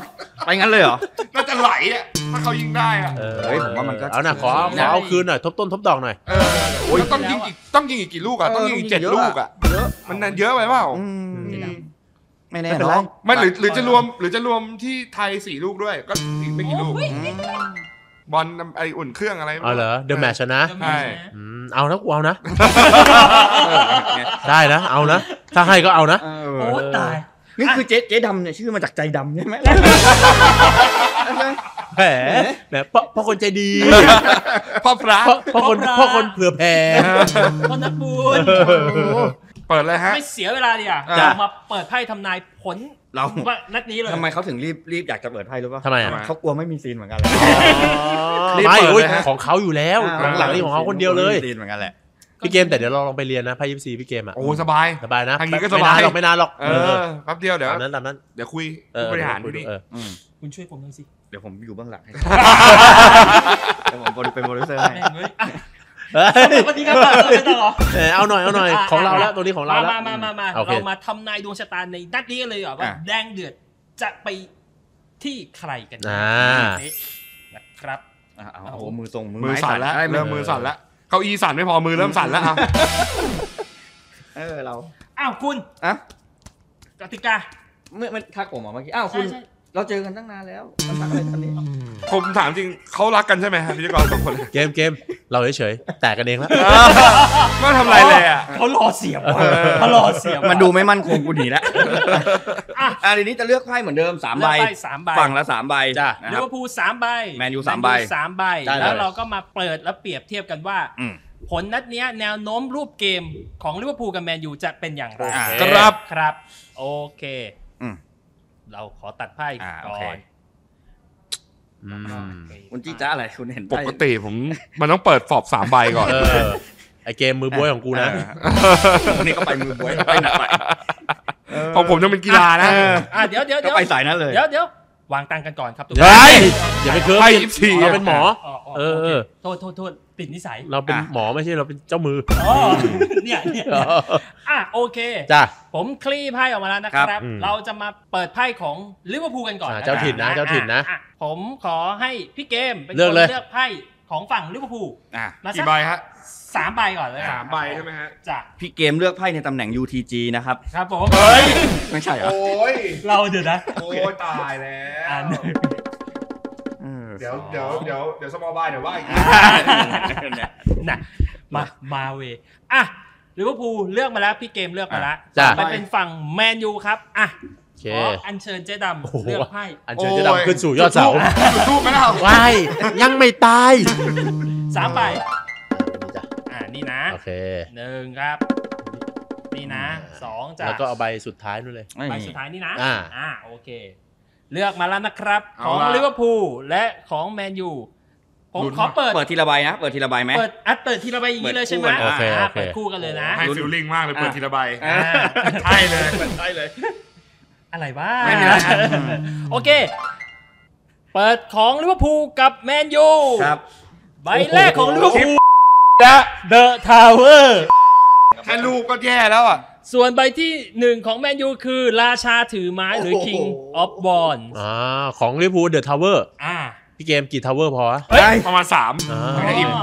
B: ไปงั้นเลยเหรอ
D: น่าจะไหลอ่ะถ้าเขายิงได้อ่ะ
E: เออ
B: เฮ้ยผมว่ามันก็
E: เอาหน่ะขอขอเอาคืนหน่อย ทบต้นทบดอกหน่อย
D: เออแล้วต้องยิงกี่ต้องยิงอีกกี่ลูกอ่ะต้องยิงอีกเจ็ดลูกอ่ะ
B: เยอะ
D: มันนานเยอะไปเปล่า
B: อืม
D: อืม
B: ไม่แน่
E: ไม่เป็นไร
B: น้อง
D: ไม่หรือหรือจะรวมหรือจะรวมที่ไทยสี่ลูกด้วย ก็อีกไม่กี่ลูก
F: โอ้ย
B: อืม
D: บอลไออุ่นเครื่องอะไร
E: เอาเหรอ เดอะแมชนะ
F: จะมานะ
E: อืมเอานะกูเอานะ
B: เออไง
E: ได้นะ เอานะ ถ้าให้ก็เอานะ
B: เออ
F: โอ้ตาย
B: นี่คือเจ๊เจ๊ดำเนี่ยชื่อมาจากใจดำใช่ไหม
E: แหมแหมเพราะเพราะคนใจดี
D: พ่อพระ
E: เพราะเพราะคนเพราะคนเผื่อแผ่
F: คนนักบุญ
D: เปิดเลยฮะ
F: ไม่เสียเวลาดีอ่ะ
E: จ้ะ
F: เรามาเปิดไพ่ทำนายผล
B: เรา
F: ว่านัดนี้เลย
B: ทำไมเขาถึงรีบรีบอยากจะเปิดไพ่รู้ป่ะ
E: ทำไมอ่ะ
B: เขากลัวไม่มีซีนเหมือนกันแหละ
D: รีบ
E: ไม่
D: เปิด
E: โอ้ย
D: เลยฮะ
E: ของเขาอยู่แล้วหลังๆนี่ของเขาคนเดียวเลย
B: ไม่ซีนเหมือนกันแหละ
E: พี่เกมแต่เดี๋ยวเราลองไปเรียนนะไพ่ยิปซีพี่เกมอ่ะ
D: โอ้สบาย
E: สบายนะ
D: ทางนี้ก็
E: ไม่น
D: สบาย
E: หรอกไม่นานหรอก
D: เออแป๊บเดียวเดี๋ยว
E: ตามนั้นตามนั้น
D: เดี๋ยวคุย
E: เออ
D: ผู้บริหารดูดิ
E: เอ อ
B: อืม
F: คุณช่วยผมหน่อยสิ
B: เดี๋ยวผมอยู่เบื้องหลังให้ เดี๋ยวผมเป็นโปรดิวเซอร์ให้
F: แม่งเว้ยอ่ะ
E: เอ้ย
F: สวัสดีครับเออไม่ต้องเหรอ
E: เออเอาหน่อยเอาหน่อย
F: อ่ะ
E: ของเราแล้วตัวนี้ของเรา
F: มา
E: แล้ว
F: มามามามา
E: โอเค
F: เรามาทำนายดวงชะตาในนัดนี้กันเลยเหรอว่า
B: อ่ะ
F: แดงเดือดจะไปที่ใครกัน
E: อ่า
F: นะครับ
B: อ่ะเอาเอามือทรงมือ
D: มือ
B: ไม้
D: สั่นแล้ว
B: ไอ้
D: เริ่มมือสั่นแล้วเก้าอี้สั่นไม่พอมือเริ่มสั่นแล้วอ่ะ
B: เออเรา
F: อ้าวคุณ
B: อ่ะ
F: กติกา
B: เมื่อมันทักผมเหรอเมื่อกี้อ้าวคุณ
F: ใช่
B: เราเจอกันตั้งนานแล้วมันทักอะไรตอนนี้
D: ผมถามจริงเขารักกันใช่ไหมฮะพิธีกรสองคน
E: เกมเกมเราเฉยๆแตกกันเองแล้ว
D: ไม่ทำอะไรเลยอ่ะ
F: เขารอเสียบว่ะ
D: เออ
F: เขารอเสียบว่ะ
B: มันดูไม่มั่นคงกูหนีแล้ว
F: อ่ะ
B: อ่ะทีนี้จะเลือกไพ่เหมือนเดิมสาม
F: เลื
B: ใบอก
F: ไปสามใบ
B: ฝั่งละสามใบ
E: จ้ะ
B: นะ
F: ลิ
B: ครั
F: เว
B: บ
F: อร์พูลสามใบ
B: แมนยูสามใบ
F: สามใบ
B: ได้เลย
F: แล้วเราก็มาเปิดแล้วเปรียบเทียบกันว่า
B: อืม
F: ผลนัดเนี้ยแนวโน้มรูปเกมของลิเวอร์พูลกับแมนยูจะเป็นอย่างไร
B: อ่ะ
D: ครับ
F: ครับ โอเค
B: อืม
F: เราขอตัดไพ่
B: อ่ะโอ
F: ก่อ
B: เค
F: น
B: คุณจี้จ้าอะไรคุณเห็น
D: ป
B: ไพ่
D: กติผมมันต้องเปิดสอบสามใบก่อน
E: เออไอเกมมือบวยของกูนะ
B: วันนี้ก็ไปมือบวยไปหนักไป
D: ของผมต้องเป็นกีฬานะ
F: อ่ะเดี๋ยวเดี๋ยว
B: ก็
F: เดี๋ยว
B: ไปสายนั้นเลย
F: เดี๋ยวเดี๋ยววางตังค์กันก่อนครับทุกค
E: เฮ้
F: น
E: ย อย่าไปเคิร์ฟ
D: ไพ่
E: ดิ
D: ยิปซี
E: เราเป็นหมอ
F: อ๋ออ๋อ
E: เอ
F: โอเค
E: อ
F: โทษโทษโทษติดนิสัย
E: เราเป็นหมอไม่ใช่เราเป็นเจ้ามือ
F: อ๋อเนี่ยเนี่ยเนี่ยอ่ะโอเค
E: จ้ะ
F: ผมคลี่ไพ่ออกมาแล้วนะครับ
B: ครับ
E: อืม
F: เราจะมาเปิดไพ่ของลิเวอร์พูลกันก่อน
E: อ่ะเจ้าถิ่นนะเจ้าถิ่นนะ
F: อ่อ่ผมขอให้พี่เกมเป็น
E: เลื
F: ค
E: อก
F: น
E: เลย
F: เลือกไพ่ของฝั่งลิเวอร์พูล
B: อ่ะ
F: มาสั
D: กี่
F: ก
D: ใบฮะ
F: สามใบก่อนเลย
D: สามใบใช่ไหมฮะ
F: จ้ะ
B: พี่เกมเลือกไพ่ในตำแหน่ง UTG นะครับ
F: ครับผม
D: เฮ้ย
B: ไม่ใช่เหรอ
D: โอ้ย
F: เราเดี๋ยวนะ
D: โอ้ยตายแล้
F: อ่ะ
D: ว
F: หนึ่ง
B: เออ
D: เดี๋ยวเดี๋ยวเดี๋ยวเดี๋ยวสมอลบายเดี๋ยวว่าอีกที
F: นะมามาเวอ่ะลิเวอร์พูลเลือกมาแล้วพี่เกมเลือกมาแล้ว
E: จ้ะ
F: ไปเป็นฝั่งแมนยูครับอ่ะ
E: โอเค
F: ขออัญเชิญเจ๊ด
E: โอ้โห
F: ำเลือกไพ่
E: อันเชิญเจะดำขึ้นสู่ยอดเสา
D: จุดทูบไหมล่ะ
E: วายยังไม่ตาย
F: สามใบ
E: จ้ะ
F: อ่านี่นะ
E: โอเค
F: หนึ่งครับ นี่นะสองจ้ะ
E: แล้วก็เอาใบสุดท้ายนู่นเลย
B: ไม่
F: ใบ
B: มี
F: สุดท้ายนี่นะ
E: อ่า
F: อ่าโอเค เลือกมาแล้วนะครับ
D: า
F: ของ
D: ละ
F: ลิเวอร์พูลและของแมนยูผม
D: ลุ้น
F: ขอเปิด
B: เปิดทีละใบนะ เปิดทีละใบไหม
F: เปิดอัดเปิดทีละใบอย่างนี้เลยใช่ไหม
B: เปิดคู่กัน
E: โอเค
F: อ่า
E: โอเค
F: เปิดคู่กันเลยนะ
D: ให้ฟิลลิ่งมากเลยเปิดทีละใบ
F: อ่า
D: ใช่เลย
B: ใช่เลย
F: อะไรบ้า
B: ไม่มีอะไรครับ
F: โอเค เปิดของลิเวอร์พูลกับแมนยู
B: ครับ
F: ใบแรกของลิเวอร์พูล
E: เดอะทาวเวอร์
D: แค่ลูกก็แย่แล้วอ่ะ
F: ส่วนใบที่หนึ่งของแมนยูคือราชาถือไม้หรือ King of b o n d
E: อ่าของลิเวอร์พูลเดอะทาวเวอร์
F: อ่า
E: พี่เกมกี่ทาวเวอร์พอวะ
B: เฮ้ย
D: ประมาณสาม
E: อ่า
F: อ๋อ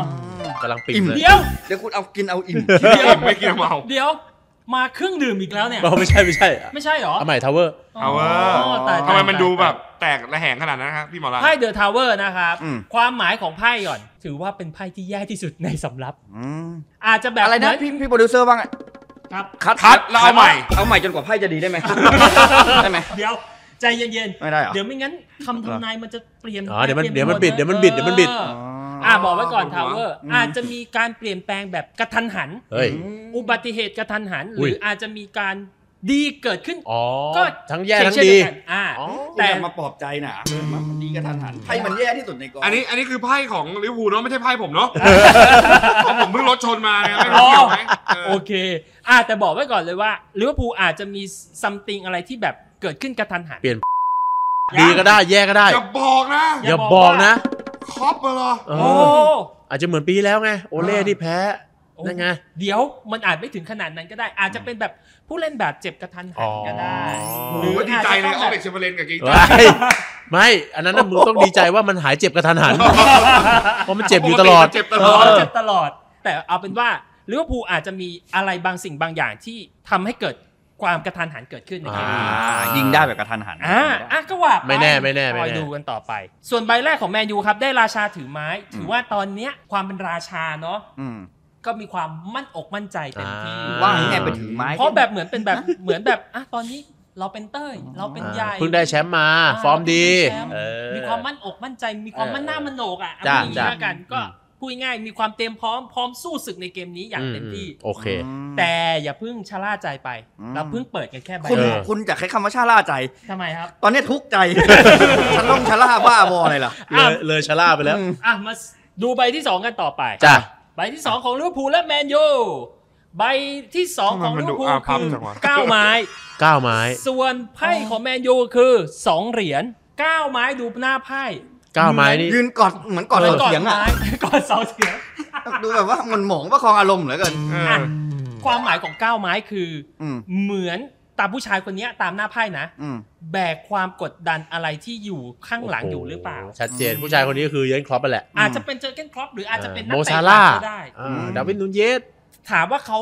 E: กำลังปิ่ม
B: อิ่ม
E: เลย
F: เดี๋ยว
B: เดี๋ยวคุณเอากินเอาอิ่ม
D: ไม่กินไม่กินเมา
F: เดี๋ยว มาเครื่องดื่มอีกแล้วเนี่ย
E: เราไม่ใช่ไม่ใช่
F: ไม่ใช่เหรอ
E: เอาใหม่ทาวเวอร์
D: เอาเวอ
F: อ๋อตาย
D: ทำไมมันดูแบบแตกระแหงขนาดนั้นครับพี่หมอลา
F: ไพ่เดอะทาวเวอร์นะครับ
B: อืม
F: ความหมายของไพ่ก่อน ถือว่าเป็นไพ่ที่แย่ที่สุดในสำรับ
B: อืม
F: อาจจะแบบ
B: อะไรนะ
F: เหมื
B: พี่พี่โปรดิวเซอร์ว่าไง
F: ครับ
B: คัด
D: คัดแล้วเอาใหม่
B: เอาใหม่จนกว่าไพ่จะดีได้ไหม ได้ไหม
F: เดี๋ยว ใจเย็นๆ
B: ไม่ได้เหรอ
F: เดี๋ยวไม่งั้นคำทำนายมันจะเปลี่ยน
E: อ๋อเดี๋ยวมั
F: ป
E: น
F: ลี่
E: เดี๋ยวมันบิด
F: ไป
E: เดี๋ยวมันบิดเดี๋ยวมันบิด
F: ออ
B: อ๋อ
F: อ่าบอกไว้ก่อน
D: อ๋อ
F: ทาวเวอร์
B: อืม
F: อาจจะมีการเปลี่ยนแปลงแบบกระทันหัน
E: เฮ้ย
F: อุบัติเหตุกระทันหัน ห
E: อุ้
F: รื
E: ย
F: ออาจจะมีการดีเกิดขึ้น
E: อ๋อ
F: ก็
E: ทั้งแย่ทั้ง
F: เช่น
E: ดี
F: เยวกันอ่า
E: อ๋อ
F: แต่
B: แต่มาปลอบใจน่ะมันดีกระทันหันไพ่มันแย่ที่สุดในกอง
D: อันนี้อันนี้คือไพ่ของลิเวอร์พูลเนาะไม่ใช่ไพ่ผมเนาะเพราะผมเพิ่งรถชนมานะครับไม่รู้เกี่ยวไหมเออ
F: โอเคอ่าแต่บอกไว้ก่อนเลยว่าลิเวอร์พูลอาจจะมีซัมติงอะไรที่แบบเกิดขึ้นกระทันหัน
E: เปลี่ยน ดีก็ได้แย่ก็ได้
D: อย่าบอกนะ
E: อย่าบอกนะ
D: คอปมาเหรอ
E: เอ
F: โอ้
E: ออาจจะเหมือนปีแล้วไง โอเล่ที่แพ้นั่นไง
F: เดี๋ยวมันอาจไม่ถึงขนาดนั้นก็ได้ อาจจะเป็นแบบผู้เล่นแบบเจ็บกระทันหันก็ได้
E: อ๋อ
D: โอ้โหดีใจเลยออฟเอกเชมเบอร์เลนกับเกงไก
E: ไม่ไม่ อันนั้นน่ะมึงต้องดีใจว่ามันหายเจ็บกระทันหัน เพราะมันเจ็บอยู่ตลอด
D: ปกมันเจ็บต
F: เออเจ็บ
D: ลอด
F: ตลอด แต่เอาเป็นว่าลิเวอร์พูลอาจจะมีอะไรบางสิ่งบางอย่างที่ทำให้เกิดความกระทันหันเกิดขึ้นในเกม
B: อ่า
F: นี้
B: ยิงได้แบบกระทันหัน
F: อ่าอ่ะก็ว่าป
E: ไม่แน่ไม่แน่ไม่แน่
F: คอยดูกันต่อไป ส่วนใบแรกของแมนยูครับ ได้ราชาถือไม้ ถือว่าตอนเนี้ยความเป็นราชาเนาะ
B: อืม
F: ก็มีความมั่นอกมั่นใจเต็มที่
E: อ่า
B: ว่าไงไปถือไม้
F: เพราะแบบเหมือนเป็นแบบเหมือนแบบอ่ะตอนนี้ เราเป็นเต้ย เราเป็นใหญ่
E: เพิ่งได้แชมป์มา
F: า
E: ฟอร์มดี
F: เพิ่งได้แชมป์
E: เออ
F: มีความมั่นอกมั่นใจมีความมั่นหน้ามั่นโหนกอ่ะ
E: จ้ะ
F: เอาอย่างนี้
E: จ้ะ
F: ละกันก็พูดง่ายๆมีความเตรียมพร้อมพร้อมสู้ศึกในเกมนี้อย่างเต็มที่
E: อืโอเค
F: แต่อย่าเพิ่งชะล่าใจไป
B: อืม
F: เราเพิ่งเปิดกันแค่ใบ
B: คุณ
E: เอ
F: เดีย
E: อ
F: ว
B: คุณจะใช้คำว่าชาล่าใจ
F: ทำไมครับ
B: ตอนนี้ทุกข์ใจ ฉันต้องชาล่าบ้าบออะไรล่ะ
E: เล
F: อ่ะ
E: ยเลยชะล่าไปแล้ว
B: อืม
F: อ่ะมาดูใบที่สองกันต่อไป
E: จ้ะ
F: ใบที่สองของลิเวอร์พูลและแมนยูใบที่สองของ
D: ทำไมมั
F: ลิ
D: น
F: เวอร์พูล
D: ดูอาภัพ
F: คือ
D: จังวะ
F: เก้าไม้
E: เก้าไม้
F: ส่วนไพ่ของแมนยูคือสองเหรียญเก้าไม้ดูหน้าไพ่
E: เก้าไม้นี่
B: ยืนกอดเหมือนกอดเสาเสียงอ่ะ
F: ไม้ ก่อนเสาเสียง
B: ดูแบบว่ามันหมองว่าคลองอารมณ์เหลือเกิน
D: เออ
F: อ่ะความหมายของเก้าไม้คือ
B: อืม
F: เหมือนตามผู้ชายคนเนี้ยตามหน้าไพ่นะ
B: อืม
F: แบกความกดดันอะไรที่อยู่ข้างหลังอยู่หรือเปล่า
E: โโชัดเจนผู้ชายคนนี้ก็คือเยนครอปไปแหละ
F: อาจจะเป็นเจอร์เก้นคล็อปหรืออาจจะเป็นนัก
E: โม
F: เตะ
E: ซาล่า
F: ต่างชติก็ได้
E: อ่า
B: อืม
E: ดาวินนูนเยส
F: ถามว่าเขา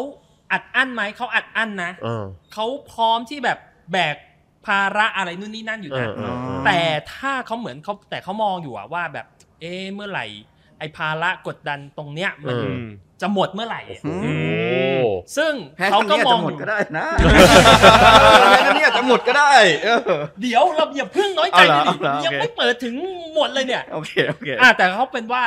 F: อัดอั้นไหมเขาอัดอั้นนะ
E: เออ
F: เขาพร้อมที่แบบแบกภาระอะไรนู่นนี่นั่นอยู่
E: เอ
F: นะ
E: อเออเออ
F: แต่ถ้าเขาเหมือนเขาแต่เขามองอยู่อะว่าแบบ เอ๊ะเมื่อไหร่ ไอ้ภาระกดดันตรงเนี้ยมัน
E: เออ
F: จะหมดเมื่อไหร่อะ
B: อืม
E: โอ้
F: ซึ่ง
B: แพ้
F: เขา
B: คำ
F: ก็มอ
B: นี้อาจจะ
F: ง
B: หม
F: อ
B: ด
F: ยู่
B: ก็ได้นะแพ้คำนี้อาจจะหมดก็ได้ เออ
F: เดี๋ยวเราอย่าเพิ่งน้อยใจ
B: เอาเห
F: เล
B: รอย
F: ดิ
B: เอาเหรอโอเค
F: ยังไม่เปิดถึงหมดเลยเนี่ย
B: โอเค โอเค
F: อ่ะแต่เขาเป็นว่า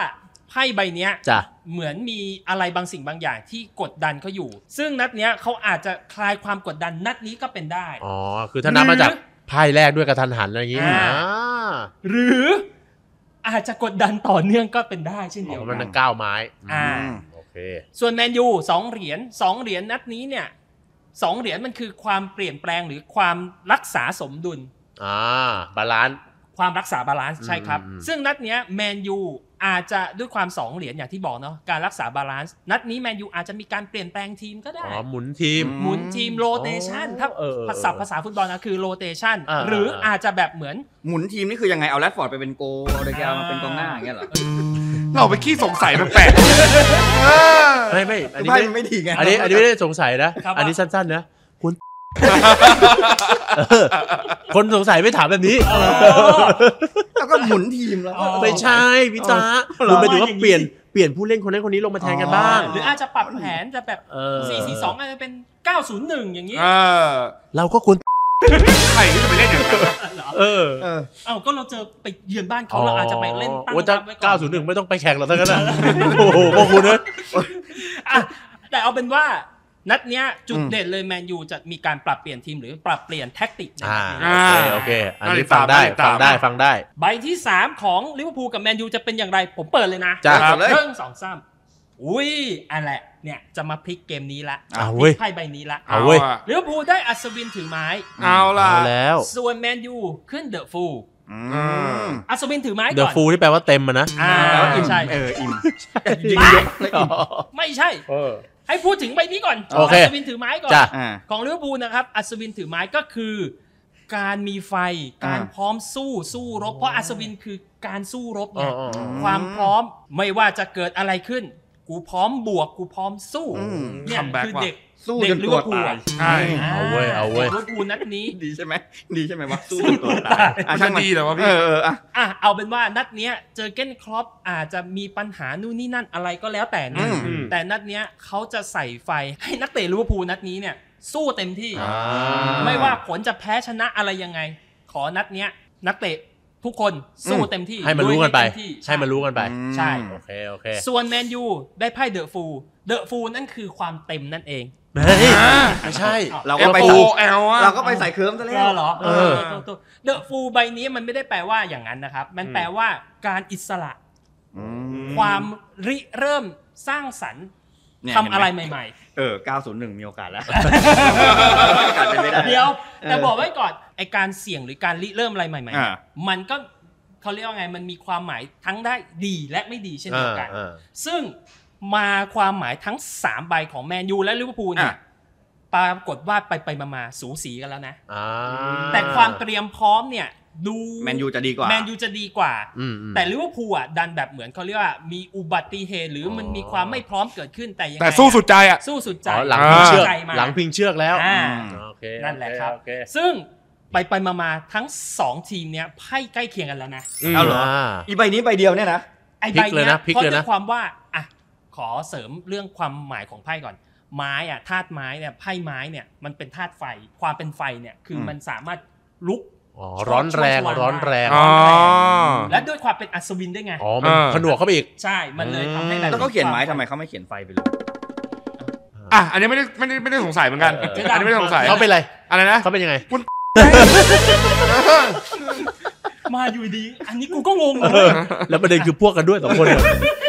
F: ไพ่ใบเนี้ย
E: จ้ะ
F: เหมือนมีอะไรบางสิ่งบางอย่างที่กดดันเขาอยู่ ซึ่งนัดเนี้ยเขาอาจจะคลายความกดดันนัดนี้ก็เป็นได้
E: อ๋อ คือถ้านับมาจากไพ่แรกด้วยกระทันหันอะไรอย่างงี้
F: อ่า
E: อ่า
F: หรืออาจจะกดดันต่อเนื่องก็เป็นได้เช่นเดียว
E: อ๋อ
F: กั
E: มัน
F: น
E: เป็นเก้าไม้
F: อ่า
E: มโอเค
F: ส่วนแมนยูสองเหรียญสองเหรียญนัดนี้เนี่ยสองเหรียญมันคือความเปลี่ยนแปลงหรือความรักษาสมดุล
E: อ่า บาลานซ์
F: ความรักษาบาลานซ์ใช่ครับ
E: อืม
F: ซึ่งนัดเนี้ยแมนยูอาจจะด้วยความสองเหรียญอย่างที่บอกเนาะการรักษาบาลานซ์นัดนี้แมนยูอาจจะมีการเปลี่ยนแปลงทีมก็ได้
E: อ๋อ หมุนทีม
F: หมุนทีมโรเตชัน
E: อ๋อ
F: ถ้า
E: เออเออ
F: ภาษาภาษาฟุตบอลนะคือโรเตชัน
E: อ่า
F: หรืออาจจะแบบเหมือน
B: หมุนทีมนี่คือยังไง เอาแรดฟอร์ดไปเป็นโกลเอาเดแกลมาเป็นกองหน้าอย่างเงี้ยเหรอ
D: เราไปขี้สงสัยแปลก
E: ไม่ไม่ อันนี้
B: ไพ่
E: ไม่
B: มันไม่ดีไง
E: อันนี้อันนี้ไม่ได้สงสัยนะ
F: ครับ
E: อันนี้สั้นๆนะ คุณ เออคนสงสัยไม่ถามแบบนี้
B: แล้วก็หมุนทีมแล้ว
F: อ๋อ
E: ไม่ใช่พี่ตา
B: อ๋อเหรอ
E: คุณหมายถึงว่าเปลี่ยนเปลี่ยนผู้เล่นคนนั้นคนนี้ลงมาแทนกันบ้าง
B: อ๋
F: หรืออาจจะปรับแผนจะแบบ
E: เออ
F: 442อาจจะเป็น 901 อย่างนี้
D: ๆเออ
E: เราก็ควร
D: ใครที่จะไปเล่นอย่างนั้น
E: เออ
B: เออ
F: เอ้าก็เราเจอไปเยือนบ้านเขาเราอาจจะไปเล่นตั้ง
E: โอ้ยถ้า
F: บไว้ก่อน
E: เก้าศูนย์หนึ่งไม่ต้องไปแข่งหรอกทั้งนั้นนะโอ้โหพวกคุณนะ
F: อ่ะแต่เอาเป็นว่านัดเนี้ยจุด
B: อืม
F: เด่นเลยแมนยูจะมีการปรับเปลี่ยนทีมหรือปรับเปลี่ยนแท็กติกใน
E: อ่า
F: นัดนี้
E: โอเคโอเค อันนี้ฟังได้ฟังได้ฟังได้
F: ใบที่ 3 ของลิเวอร์พูลกับแมนยูจะเป็นอย่างไร ผมเปิดเลยนะ
E: จ้ะ
B: ครับเลย
F: เพิ่งสองซ้ำอุ้ยอันแหละเนี่ยจะมาพลิกเกมนี้ละ
E: อ่ะเว้ย
F: ไพ่ใบนี้ละ
E: เอาเว้ย
D: อะ
F: ลิเวอร์พูลได้อัศวินถือไม้
D: เอาล่ะ
E: เอาแล้ว
F: ส่วนแมนยูขึ้นเดอะฟูล
B: อืม
F: อัศวินถือไม้
E: เด
F: ก่
E: อะ
F: อน
E: ฟูที่แปลว่าเต็มอะนะ
F: อ่า
B: แปลว่าอิ่ม
F: ใช่
B: เอออิ่ม
F: ไม่
B: แล้วอิ่ม
F: ไม่ใช่ ให้พูดถึงใบนี้ก่อน
E: โอเค
F: อัศวินถือไม้ก่อน
E: จ้ะ
B: อ่า
F: ของลิเวอร์พูลนะครับ อัศวินถือไม้ก็คือ การมีไฟ การ
B: อ่า
F: พร้อมสู้สู้รบ เพราะอัศวินคือการสู้รบไง
E: อ๋ออ๋ออ๋อ
F: ความพร้อมไม่ว่าจะเกิดอะไรขึ้น กูพร้อมบวกกูพร้อมสู้
B: อืม
F: เนี่ย
D: คัมแบ็ก
F: คือ
D: ว่ะ
F: เด็ก
B: สู้
F: เด็
B: จ
F: ก
B: น
F: ลิเว
B: ตัว
F: อร์พูล
B: ตาย
F: อ่ะ
D: ใช่
E: เอาเว้ยเอาเว้ย
F: ด็กลิเวอร์พูลนัดนี้
B: ดีใช่ไหมดีใช่ไหมวะสู้จนตัวตายอ่ะ
D: มัน
B: ช่า
D: จะ
B: งมัน
D: ดีเหรอวะ
B: เอ
D: พี่
B: อเอออ่ะ
F: อ่ะเอาเป็นว่านัดเนี้ยเจอร์เก้นครอปอาจจะมีปัญหานู่นนี่นั่นอะไรก็แล้วแต่เนี่ย
B: อืม
D: อืม
F: แต่นัดเนี้ยเขาจะใส่ไฟให้นักเตะลิเวอร์พูลนัดนี้เนี่ย สู้เต็มที่ ไม่ว่าผลจะแพ้ชนะอะไรยังไง ขอนัดเนี้ย นักเตะทุกคนสู้
B: อืม
F: เต็มที่
E: ให้มันรู้กันไป
F: ลุยเต็มที่
E: ให้มันรู้กันไป
F: ใช่
E: โอเค โอเค
F: ส่วนแมนยูได้ไพ่เดอะฟูลเดอะฟูลนั่นคือความเต็มนั่นเอง
E: เฮ้ยไม่ใช่
B: เราก็
D: F
B: ไป
D: O L อ่ะ
B: เราก็ไปใส่เคิร์มซะแล้ว
F: เหรอ
E: เออ
F: เดอะฟูลใบนี้มันไม่ได้แปลว่าอย่างนั้นนะครับ มันแปลว่าการอิสระ ความริเริ่มสร้างสรรค์
B: เนี่ย
F: ทำอะไร
B: เห็นหม
F: ใหม่
B: เออ 901 มีโอกาสแล้ว โอกาสเป็นไปได้
F: ๆ เดี๋ยว
B: เออ
F: แต่บอกไว้ก่อนไอการเสี่ยงหรือการริเริ่มอะไรใหม่
B: อ่า
F: ๆ มันก็เขาเรียกว่าไงมันมีความหมายทั้งได้ดีและไม่ดีเช่นเดียวกัน
E: อ่า
F: ซึ่งมาความหมายทั้ง 3 ใบของแมนยูและลิเวอร์พูลเนี่ย
B: อ่ะ
F: ปรากฏว่าไปไปๆมาๆสูสีกันแล้วนะ
E: อ่า
F: แต่ความเตรียมพร้อมเนี่ยดู
B: แมนยูจะดีกว่า
F: แมนยูจะดีกว่า
E: อืมอืม
F: แต่ลิเวอร์พูลอ่ะดันแบบเหมือนเขาเรียกว่ามีอุบัติเหตุหรือมันมีความไม่พร้อมเกิดขึ้นแต่ยังไง
D: แต่สู้สุดใจอ่ะ
F: สู้สุดใจ
E: อ๋อหลังพิงเชือก
F: ใจมา
E: หลังพิงเชือกแล้ว
F: อ่า
E: โอเค
F: นั่นแหละครับ
E: โอเ
F: ซึ่งไปไปมามาทั้ง 2 ทีมเนี้ยไพ่ใกล้เคียงกันแล้วนะ
B: เอาเหรอ
E: า
B: อีใบนี้ใบเดียวเนี่ยนะ
F: ไอ้
E: พลิ
F: ใบ
E: กเลย
F: เนี้ย
E: นะพลิก
F: เพราะ
E: เลยนะ
F: ด้วยความว่าอ่ะขอเสริมเรื่องความหมายของไพ่ก่อน ไม้อะธาตุไม้เนี่ยไพ่ไม้เนี่ยมันเป็นธาตุไฟ ความเป็นไฟเนี่ยคืออ
B: ม
F: มันสามารถลุก
E: อ๋อร้อนแรง
F: ช่วงๆ
E: ร้อนแรง
D: อ๋อ
F: และด้วยความเป็นอัศวินด้วยไง
E: อ๋อมัน
D: อ่า
E: ผนวกเข้าไปอีก
F: ใช่มันเลยทำให้แบบ
B: แล้วเขาเขียนไม้ทำไมเขาไม่เขียนไฟไปเลย
D: อ่ะอันนี้ไม่ได้ไม่ได้ไม่ได้สงสัยเหมือนกัน
E: เออเออ
D: อันนี้ไม่ได้สงสัย
E: เขาเป็นอะไร
D: อะไรนะ
E: เขาเป็นยังไง
F: มาอยู่ดี อันนี้กูก็งงเลย
E: แล้วประเด็นคือพวกกันด้วยสองคนเนี่ย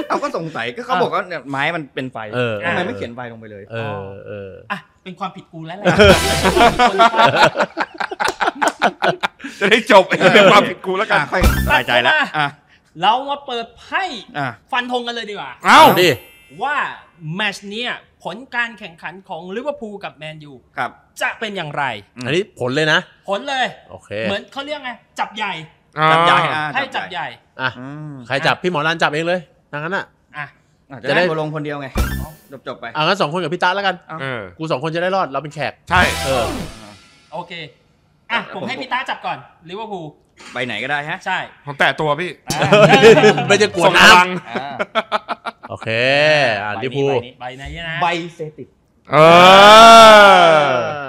B: เอาก็สงสัยก็เขาบอกว่าเนี่ยไม้มันเป็นไฟ
E: เออ
B: ทำไมไม่เขียนไฟลงไปเลย
E: เออเออ
F: อ่ะ เป็นความผิดกูแล้วแหละคนละข้อ
D: จะได้จบไอ้เรื่องความผิดกูแล้วกัน
B: อ่ะค่อยสบายใจแล้วอ่ะ
F: เรามาเปิดไพ่
B: อ่ะ
F: ฟันธงกันเลยดีกว่า
D: เอ้า
E: ดิ
F: ว่าแมตชเนี้ยผลการแข่งขันของลิเวอร์พูลกับแมนยู
B: ครับ
F: จะเป็นอย่างไร
E: อันนี้ผลเลยนะ
F: ผลเลย
E: โอเค
F: เหมือนเขาเรียกไง จับใหญ่
B: จับใหญ่อ่ะ
F: ไพ่จับใหญ่
E: อ่ะ
B: อืม
E: ใครจับพี่หมอรันจับเองเลยดังนั้นอ่ะ
F: อ่ะ
B: อ่ะ
E: จะ
B: จะ
E: ได้
B: ได้ลงคนเดียวไง จบจบๆไป
E: อ่ะงั้นสองคนกับพี่ตาแล้วกัน
D: เออ
E: กูสองคนจะได้รอด เราเป็นแขก
D: ใช่
E: เออ
F: โอเค อ่ะ ผม
B: ผม
F: ให้พี่ต้าจับก่อนลิเวอร์พูล
B: ไปไหนก็ได้ฮะ
F: ใช่
D: ผมแตะตัวพี่
E: ไม่จะกลัว
D: ส่งพ
E: น้
D: ลัง
B: อ่า
E: ำโอเค อ่ะลิเวอร์พูล
B: ใบนี้
F: ใบไหนนะ
B: ใบเซติก
D: เออ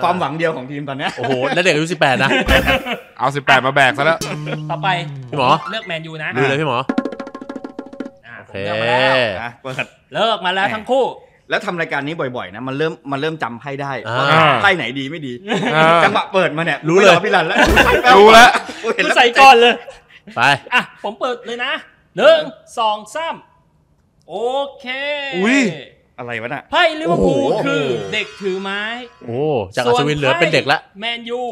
B: ความหวังเดียวของทีมตอนเนี้ย
E: โอ้โห แล้วเด็กอายุสิบแปดนะ
D: เอาสิบแปดมาแบกซะแล้ว
F: ต่อไป
E: พี่หมอ
F: เลือกแมนยูนะ
E: ดูเลยพี่หมอ
F: อ่ะผ
E: โอ
F: ม
E: เค
F: เลือกมาแล้ว
B: อ่ะเปิด
F: เลิกมาแล้วทั้งคู่
B: แล้วทำรายการนี้บ่อยๆนะมันเริ่มมันเริ่มจำไพ่ได้
E: อ่า
B: ว่าไพ่ไหนดีไม่ดี
D: อ่า
B: จังหวะเปิดมาเนี่ย
E: รู้เลย
B: ไม่อพี่รันแล้ว
D: รู้แล้ว
B: กูเห็นแล้ว
F: ใส่ก่อนเลย
E: ไป
F: อ่ะ ผมเปิดเลยนะหนึ่งสองสามโอเค
D: อุ๊ย
B: อะไรวะน่ะ
F: ไพ่ลิเวอร์พูล
E: โอ้โห
F: คือเด็กถือไม้
E: โอ้ จากอัศวินเหลือเป็นเด็กละ
F: แมนยู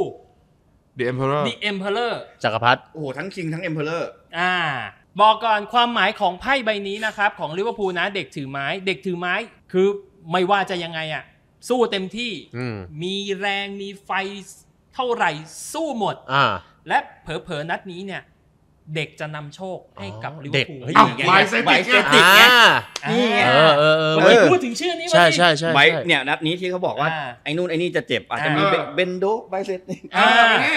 D: The Emperor
F: ดิเอ็มเพลเลอร์
E: จักรพรรดิ
B: โอ้โหทั้งคิงทั้งเอ็มเพลเลอร์
F: อ่า บอกก่อนความหมายของไพ่ใบนี้นะครับ ของลิเวอร์พูลนะ เด็กถือไม้ เด็กถือไม้คือไม่ว่าจะยังไงอ่ะ สู้เต็มที่
E: อืม
F: มีแรงมีไฟเท่าไหร่สู้หมด
E: อ่า
F: และเผลอๆนัดนี้เนี่ย เด็กจะนำโชคให้กับลิเวอร์พูล
E: เด็กเฮ้ย
D: อ้าว
B: ไง
D: ไบเซติก
B: ไบเซติ
D: ไง
E: อ่า
F: อ่า
B: นี่ไง
E: เออเออเออ
F: ทำ
E: เว้
F: ไม
E: ย
F: พูดถึงชื่อนี้วะ
E: ใช่
F: พี่
E: ใช่ใช่
B: ไบ
E: ใช่
B: เนี่ยนัดนี้ที่เขาบอกว่า
F: อ่า
B: ไอ้นู่นไอ้นี่จะเจ็บอาจจะ
F: อ่ามี
B: มีเบเบนโดไบเซติก
F: อ่า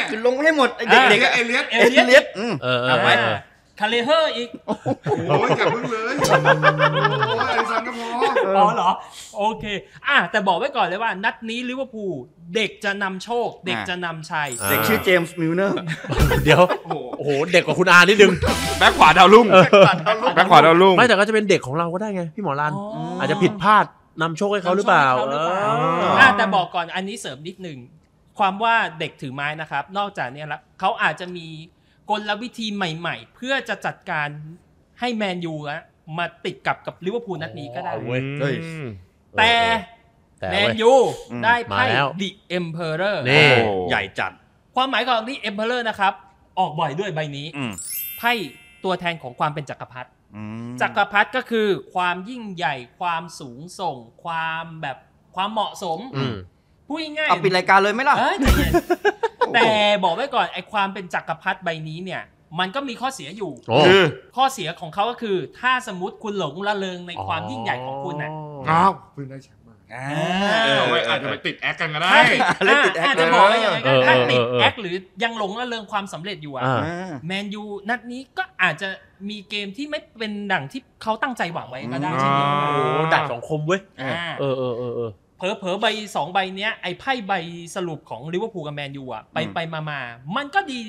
B: คือลงให้หมดไอ้เด็ก
F: อ่า
B: เด็ก
D: เอเลียส
F: เอ
B: เอ
F: เลียน
B: เลียสอืม
E: เออเอ
F: เอา
E: อ
F: ไว้
E: เออ
F: คาเลเฮอร์อีก
D: โอ้ยอย่าเพิ่งเลยโอ้ยสันก็พอ
F: อ๋อเหรอ โอเค อ่ะแต่บอกไว้ก่อนเลยว่า นัดนี้ลิเวอร์พูลเด็กจะนำโชค เด็กจะนำชัย
E: อ่า
B: เด็กชื่อเจมส์มิลเนอร์
E: เดี๋ยว โอ้โห เด็กกว่าคุณอานิดนึง
D: แบ็คขวาดาวลุ่งแบ็คขวาดาวลุ่ง
E: ไม่แต่ก็จะเป็นเด็กของเราก็ได้ไง พี่หมอรัน อาจจะผิดพลาดนำโชคให้เขาหรือเปล่า
F: ขหรือเปล่า
E: เออ
F: อ่ะแต่บอกก่อนอันนี้เสริมนิดหนึ่งความว่าเด็กถือไม้นะครับ นอกจากเนี้แล้วเขาอาจจะมีกลวิธีใหม่ๆ เพื่อจะจัดการให้แมนยูอะมาติดกับกับลิเวอร์พูลนัดนี้ก็ได้
E: เอาเว้ย
B: เฮ้ย
F: แต่
E: แต่
F: แม
E: เว้
F: น
E: ย
F: ยู
B: อืม
F: ได้ไพ่
E: มาแล้ว
F: ดิเอ็มเพอเรอร์
E: นี่
D: โอ้
B: ใหญ่จัด
F: ความหมายของดิเอ็มเพอเรอร์นะครับ ออกบ่อยด้วยใบนี้
B: อืม
F: ไพ่ตัวแทนของความเป็นจักรพรรดิ
B: อืม
F: จักรพรรดิก็คือความยิ่งใหญ่ความสูงส่ง ความแบบความเหมาะสม
E: อืม
F: พูดง่ายๆ
B: เอาปิดรายการเลยไหมล่ะ
F: เอ้ยใจเย็นแต่บอกไว้ก่อนไอ้ความเป็นจักรพรรดิใบนี้เนี่ย มันก็มีข้อเสียอยู่
E: โอ้
D: คือ
F: ข้อเสียของเขาก็คือ ถ้าสมมติคุณหลงละเลงในความยิ่งใหญ่ของคุณน่ะ
D: อ้าวเพิ่งได้แชมป์มา
B: อ่า
F: เออ
D: เอาไว้อาจจะไปติดแอคกันก็ได้
F: ใช่
B: เล่นติดแอค
F: าจจะบอกว่าอย่างไรก็
E: เออเออเออ
F: ถ้าติดแอคหรือยังหลงละเลงความสำเร็จอยู่อะ
E: อ่า
B: อ่า
F: แมนยูนัดนี้ก็อาจจะมีเกมที่ไม่เป็นดั่งที่เขาตั้งใจหวังไว้ก็ได้เช่นเดียวกัน
E: โอ้ดักสองคมเว้ย
F: อ่า
E: เออเออเออเออ
F: เผลอๆใบสองใบเนี้ยไอ้ไพ่ใบสรุปของลิเวอร์พูลกับแมนยูอ่ะไป
B: อืม
F: ไปมามาๆมันก็ดี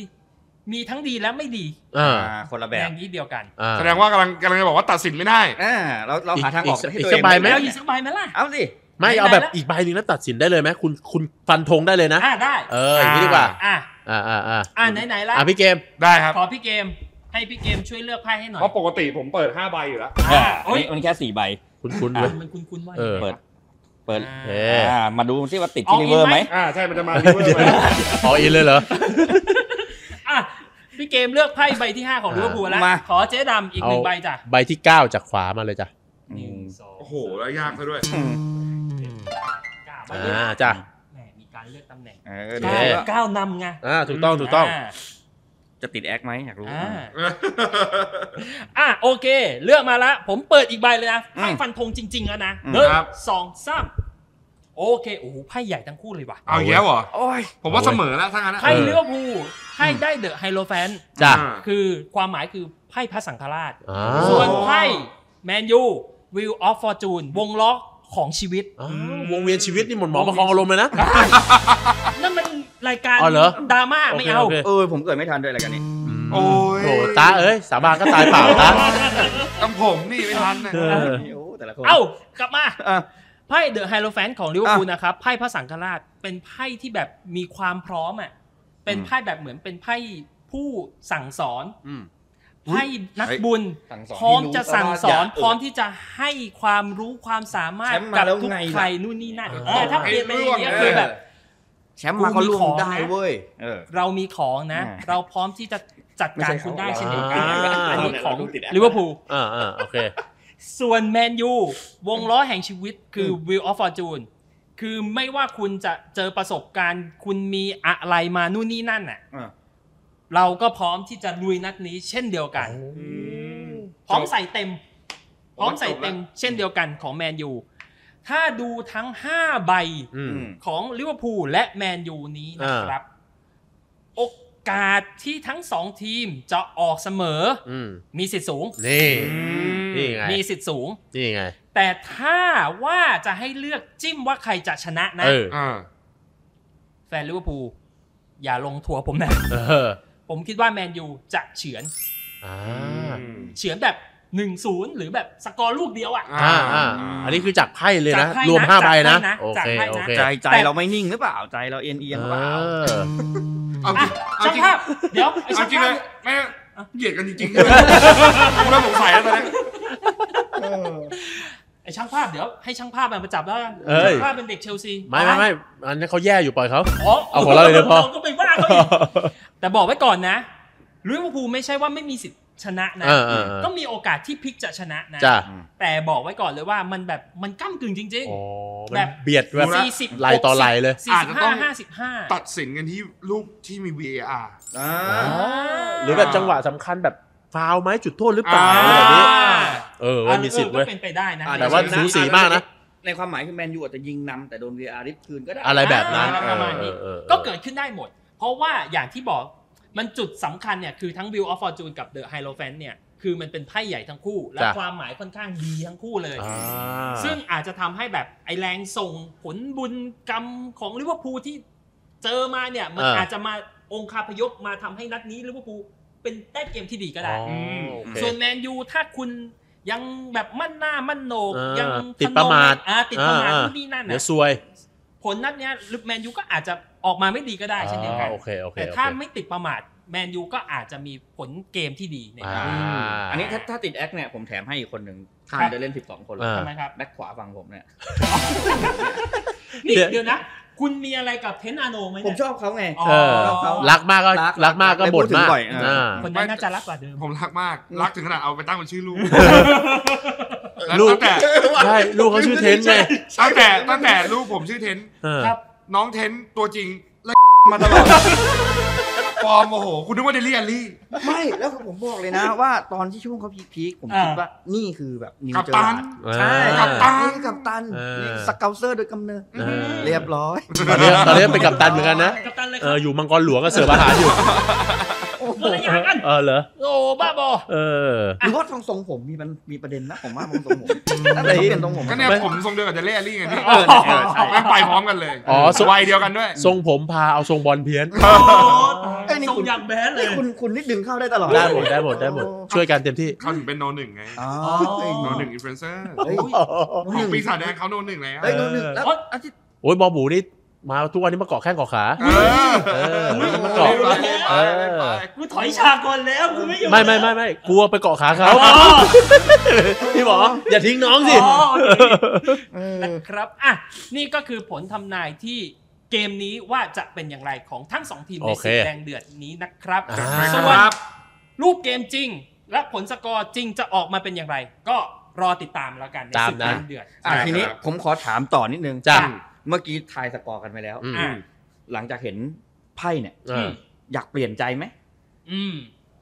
F: มีทั้งดีและไม่ดี
E: อ่า
B: อ่าคนละแบ
F: อบ ย่างนี้เดียวกัน
E: อ่า
D: แสดงว่ากำลังกำลังจะบอกว่าตัดสินไม่ได้
B: อ่าเราเราหาทางออก
E: อีก
B: ให้
E: อีก
B: ตัวเอง
E: สักใบไหม
B: ด้
F: แล้ว
B: ห
F: อีกสักใบไหมล่ะ
B: เอาสิ
E: ไม่
F: ไหนๆ
E: เอาแบบ
F: ละ
E: อีกใบหนึ่งแล้วตัดสินได้เลยไหมคุณคุณฟันธงได้เลยนะ
F: อ่ะได้
E: เอออย่างนี้ดีกว่า
F: อ่ะ
E: อ่าอ่าอ่า
F: อ่ะไหนๆละ
E: อ่ะพี่เกม
D: ได้ครับ
F: ขอพี่เกมให้พี่เกมช่วยเลือกไพ่ให้หน่อย
D: เพราะปกติผมเปิด 5 ใบอยู่แล้ว
F: อ่ะ
B: อัน
F: โอ้ย
B: นี้มันแค่สี่ใบ
E: คุณคุณเว้ย
F: มันคุ้นๆว่า
E: เออ
B: เปิด เปิด
E: เอ
F: อ่า
E: อ
B: อ่า มาดูซิว่าติด
F: ออ
B: ที่
F: ก
B: ลิเวอร์
F: อีกไห
B: ไห
F: ม
B: ม
D: อ่า ใช่ มันจะมาลิเวอร์ไหม
E: อออินเลยเหรอ
F: อ่ะพี่เกมเลือกไพ่ใบที่ห้าของลิเวอร์พูลแล้ว
B: มา
F: ขอเจ๊ดำอีกหนึ่ง
E: เอา
F: ใบจ้ะ
E: ใบที่ 9 จากขวามาเลยจ้ะ
F: หนึ่งสอง
D: โอ้โห แล้วยากซะด้วย
F: เก้าใบเดียว
E: อ่าจ้ะ
F: แหมมีการเลือกตำแหน่ง
B: เออเดี๋ยว
F: เก้า
B: ก็
F: เก้านำไง
E: อ่าถูกต้องถูกต้อง
F: า
B: จะติดแอคไหมอยากรู้
F: อ่า อ่ะโอเค เลือกมาละผมเปิดอีกใบเลยนะไพ่
B: อืม
F: ฟันธงจริงๆแล้วนะ
B: อืม
F: หนึ่ง
D: ครับ
F: สองสามโอเคโอ้โหไพ่ใหญ่ทั้งคู่เลยว่ะ
D: เอาอีกแล้วเหรอ
B: โอ้ย
D: ผมว่าเสมอแล้วทั้างนั้นนะ
F: ไพ่
E: เออ
F: ลิเวอร์พูลไพ่ได้เดอะไฮโลแฟน
E: จ้ะ
D: อ่า
F: คือความหมายคือไพ่พระสังฆราช
E: อ่า
F: ส่วนไพ่แมนยูวิลออฟฟอร์จูนวงล็อก ของชีวิต
E: อ้าววงเวียนชีวิตนี่หมดหมอประคองอารมณ์เลยนะ
F: นั่นมันรายการ
E: อ๋อเหรอ
F: ดราม่าไม่เอา
E: โคโค
B: เออผมเกิดไม่ทันด้วยรายการนี้
D: โอ้ย
E: โถตาเอ้ยสาบานก็ตายเปล่าตา
D: ต้องผมนี่ไม่ทันนะ
E: เออ
B: โอ้แต่ละคน
F: เอ้ากลับมา
B: อ่ะ
F: ไพ่เดอะไฮโลแฟนของลิเวอร์พูล
B: อ่ะ
F: นะครับไพ่พระสังฆราชเป็นไพ่ที่แบบมีความพร้อมอ่ะเป็นไพ่แบบเหมือนเป็นไพ่ผู้สั่งสอน
B: อืม
F: ไพ่นัก
D: เฮ้ย
F: บุญ
G: สั่งสอน
F: พร้อมจะสั่งสอน
G: ให้รู้ตลดย่า
F: พร้อมที่จะให้ความรู้ความสามารถ
G: แชมป์มา
F: กับ
G: แล้ว
F: ทุก
G: ไงล่ะ
F: ใครนู่นนี่นั่น
E: เออ
F: แต่ถ้าเปลี่ยนไปอย่างนี้ยคือแบบ
B: แชมป์มาก็ล่วงได้
F: กูมีของนะ
B: เว้ยเออ
F: เรามีของนะ
B: อ่า
F: เราพร้อมที่จะจัด
G: ไม่
F: การ
G: ใช่
F: คุณได้
G: ของเรา
F: เช่นเดียวกัน
E: อ่า
F: อันนี้ของ
G: เราติดแอป
F: ลิเวอร์พูล
E: อ่าอ่าโอเค
F: ส่วนแมนยูวงล้อแห่งชีวิตคือ Wheel of Fortune คือไม่ว่าคุณจะเจอประสบการณ์ คุณมีอะไรมานู่นนี่นั่นน่ะ
B: อ่า
F: เราก็พร้อมที่จะลุยนัดนี้เช่นเดียวกัน พร้อมใส่เต็ม พร้อมใส่เต็ม เช่นเดียวกันของแมนยูถ้าดูทั้ง 5 ใบ
E: อืม
F: ของลิเวอร์พูลและแมนยูนี้นะครับ โอกาสที่ทั้งสองทีมจะออกเสมอ
E: อืม
F: มีสิทธิ์สูง
E: นี่
D: นี่
E: นี่ไง
F: มีสิทธิ์สูง
E: นี่ไง
F: แต่ถ้าว่าจะให้เลือกจิ้มว่าใครจะชนะนะ
E: เออ
D: อ่า
F: แฟนลิเวอร์พูลอย่าลงทัวร์ผมนะ
E: เออ
F: ผมคิดว่าแมนยูจะเฉือน
E: อ่า
F: เฉือนแบบ 1-0 หรือแบบสกอร์ลูกเดียวอ่ะ
E: อ่าอ่าอันนี้คือจากไพ่เลย
F: จา
E: นะ
F: กไพ่นะ
E: รวมห้าใบนะ
F: จากไพ่นะ
E: โอ
F: จาก
E: เค
F: ไพ่นะ
E: โอเค
B: ใจใจ
F: แต่
B: เราไม่นิ่งหรือเปล่าใจเราเอียงเอียงหรือเปล่า
E: เออ
D: เอา
F: อ่ะ
D: เอา
F: ช่าง
D: จริง
F: ภาพ เดี๋ยวไอ้
D: เอา
F: ช่าง
D: จริง
F: ภา
D: เล
F: พ
D: ยแม่เหยียดกันจ ริงๆด้วยกูเริ่มสงสัยแล้วตอนนี้
F: ไอ้ช่างภาพเดี๋ยวให้ช่างภาพมาจับแล้วกัน
E: เอ้ย
F: ช่างภาพเป็นเด็กเชลซี
E: ไม่ไม่ไม่อันนั้นเขาแย่อยู่ปล่อยเขา
F: อ๋อ
E: เอาของเราเลยเดี๋ยวพอ
F: ก็ไปว่าเขาอีกแต่บอกไว้ก่อนนะลิเวอร์พูลไม่ใช่ว่าไม่มีสิทธิ์ชนะนะ
E: เออเออเออ
F: ก็มีโอกาสที่พลิกจะชนะนะ
E: จ้ะ
F: แต่บอกไว้ก่อนเลยว่ามันแบบมันก้ำกึ่งจริง
E: อ๋อมัน
F: แบบ
E: เบียด
F: ๆ
E: แบบ
F: สี่สิบ
E: ไหลต่อไหลเลย
F: สี่
D: อาจ
F: สิบ
D: จะต้
F: ห้า
D: อง
F: ห้าสิบห้า
D: ตัดสินกันที่ลูกที่มี VAR
E: หรือแบบจังหวะสำคัญแบบฟาวล์ไหมจุดโทษหรือเปล่า
D: อ่า
E: แบบนี้เออ
F: เออ
E: ว่ามีสิทธิ์เว้ย
F: ก็เป็นไปได้นะ
E: แต่ว่าสูสีมากนะ
B: ในความหมายคือแมนยูอาจจะยิงนำแต่โดน VR ริบคืนก็ได้
E: อะไรแบบนั้น
F: อ่าประมาณนี้
E: ออออออ
F: ก็เกิดขึ้นได้หมด เพราะว่าอย่างที่บอกมันจุดสำคัญเนี่ยคือทั้ง View of Fortune กับ The Hierophant เนี่ยคือมันเป็นไพ่ใหญ่ทั้งคู่ และความหมายค่อนข้างดีทั้งคู่เลย
E: อ่า
F: ซึ่งอาจจะทำให้แบบไอแรงส่งผลบุญกรรมของลิเวอร์พูลที่เจอมาเนี่ย มันอาจจะมาองคาพยพมาทำให้นัดนี้ลิเวอร์พูลเป็นได้เกมที่ดีก็ได้
E: อ๋อโอเค
F: ส่วนแมนยูถ้าคุณยังแบบมั่นหน้ามั่นโหนก
E: เออ
F: ยัง
E: ติดประมาท
F: อ่าติดประมาท
E: อ่า
F: นู่นนี่นั่น
E: เดี๋ย
F: น่ะ
E: วซวย
F: ผลนัดเนี้ยแมนยูก็อาจจะออกมาไม่ดีก็ได้เช่นเดียวกัน
E: อ่าโอเคโอเค
F: แต่
E: โอเค
F: ถ้าไม่ติดประมาทแมนยูก็อาจจะมีผลเกมที่ดีในนัด
E: อ่า
F: นี้
B: อันนี้ถ้าถ้าติดแอคเนี่ยผมแถมให้อีกคนหนึ่ง
F: ครับ
B: ท่านได้เล่น 12 คนเลย
E: อ่า
F: ใช่ไหมครับ
B: แบ็คขวาฝั่งผมเนี่ย
F: นี่
E: เดี๋ยว
F: เดี๋ยวนะ คุณมีอะไรกับเทนอาโนไหม
B: ผม
F: เนี่ย
B: ชอบเขาไง
F: อ๋อ
E: เออ
B: เขา
E: รักมากก็
B: รัก
E: รักมากก็
B: ได้พู
E: บ่
B: ด
E: น
B: ถึง
E: มาก
B: บ่อยอ่า
E: อ่า
F: คนนั้นน่าจะรักกว่าเดิม
D: ผมรักมาก รักถึงขนาดเอาไปตั้งเป็นชื่อลูกแล้ว
E: ลูก
D: ตั้งแต่
E: ใช่ลูกเขาชื่อเทนไง
D: ตั้งแต่ตั้งแต่ลูกผมชื่อเทน
E: เออ
F: ครับ
D: น้องเทนตัวจริงแล้วมาตลอดฟอร์มโอ้โห คุณนึกว่าเดลี่อลลี่
B: ไม่แล้วผมบอกเลยนะว่าตอนที่ช่วงเขาพีคๆผมคิด
F: อ่า
B: ว่านี่คือแบบนิว
D: กับ
B: เจอ
D: ตั
B: ร์
D: น
B: ลาร์ด
E: ใช่
B: กัป
D: ตั
B: ตั
D: น
B: นนี่กัปตัน
E: เออ
B: นี่สเกลเซอร์โดยกำเนิด
E: เออ
B: เรียบร้อย
E: ตอนนี้ตอนนี้เป็นกัปตันเหมือนกันนะ
F: กัปตันเลยค
E: เอ
F: รั
E: อบ อยู่มังกรหลวงก็เสิร์ฟอาหารอยู่
B: โอ้โห
F: คนละอย่างกัน
E: เออเหรอ
F: โอ้บ้าบอ
E: เออ
B: หรือว่าทรงทรงผมมีมันมีประเด็นนะผมว่าทรงทรงผมอะไรเปลี่ยนทรงผม
D: ก็เนี่ยผมทรงเดียวกับเดลี่อลลี่ไงพี่
B: เออเนี่ยเออใช่
D: แม่งไปพร้อมกันเลย
E: อ๋อทรง
D: วัยเดียวกันด้วย
E: ทรงผมพาเอาทรงบอลเพี้ยน
F: โอ้
B: เอ้ยนี่
F: ทรง
B: คุณ
F: อย่างแบดเลย
B: นี่คุณคุณนิดดึงเข้าได้ตลอด
E: ได้หมดได้หมดได้หมด ช่วยกันเต็มที่
D: เขาถึงเป็นโนหนึ่งไง
B: อ๋อ
F: เอ้ย
D: โนหนึ่งอินฟลูเอนเซอร์
B: เฮ้ย
D: ข
B: ห
D: อง
B: นึ่ง
D: ปีศาจแดงเขาโนหนึ่งแล้ว
B: เฮ้ยหนึ่งแล้วอาทิตย์
E: โอ้ยบอบูนี่มาทุกวันนี้มาเกาะแข้งเกาะขา
D: เออ
E: เออ
D: เล่น
E: มา
D: ไป
E: เกาะ
D: เออเล่นไป
F: กูถอยฉากก่อนแล้วกูไม่อยู่
E: ไม่ไม่ไม่ไม่กลัวไปเกาะขาเขา พี่หมออย่าทิ้งน้องสิ
F: อ๋อโอเค
B: เออ
F: นะครับ อ่ะ นี่ก็คือผลทำนายที่เกมนี้ว่าจะเป็นอย่างไรของทั้งสองทีมใน
E: โอเค
F: สีแดงเดือดนี้นะครับ
E: อ่า
F: ส่
D: คว รั
F: น
D: บ
F: รูปเกมจริง และผลสกอร์จริงจะออกมาเป็นอย่างไร ก็รอติดตามแล้วกันใน
E: ตาม
F: สี
E: นั้
F: แด
E: น
F: งเดือด
B: อ่ะ
D: ใช่
B: ทีนี้
D: ครับ
B: ผมขอถามต่อนิดนึง
E: จ้ะ
B: เมื่อกี้ทายสกอร์กันไปแล้ว
E: อืม
F: อ่ะ
B: หลังจากเห็นไพ่เนี่ย
E: เออ
B: อยากเปลี่ยนใจไหม
F: อืม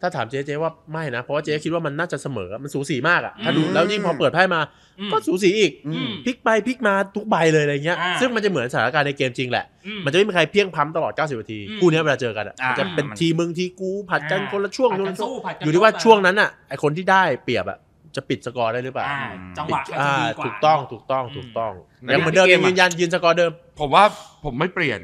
E: ถ้าถามเจ๊เจ๊ว่าไม่นะ เพราะว่าเจ๊คิดว่ามันน่าจะเสมอมันสูสีมากอ่ะถ้าดู
B: อืม
E: แล้วยิ่งพอเปิดไพ่มา
F: อืม
E: ก็สูสีอีก
B: อืม
E: พลิกไปพลิกมาทุกใบเลยอะไรเงี้ย
F: อ่า
E: ซึ่งมันจะเหมือนสถานการณ์ในเกมจริงแหละ
F: อืม
E: มันจะไม่มีใครเพียงพั้มตลอด 90นาที
F: อืม
E: คู่เนี้ยเวลาเจอกันอะ
B: อ่ามั
E: นจะเป็น
F: มัน
E: ทีมึงทีกูผัดกัน
F: อ่า
E: คนละช่วง
F: ผัดกัน
E: คนละ
F: สู้ผัดกัน
E: อยู่ที่ว่า
F: สู้ไป
E: ช่วงนั้นอ่ะไอคนที่ได้เปรียบอ่ะ จะปิดสกอร์ได้หรือเปล่า
H: อ่าจังห
E: ปิด
H: วะอาจจะดีกว่า
E: ถูกต้องถูกต้องถูกต้อง
D: อืม
E: ยังเหมือนเดิมยังยืนยันยืนสกอร์เดิม
D: ผมว่าผมไม่เปลี่ยน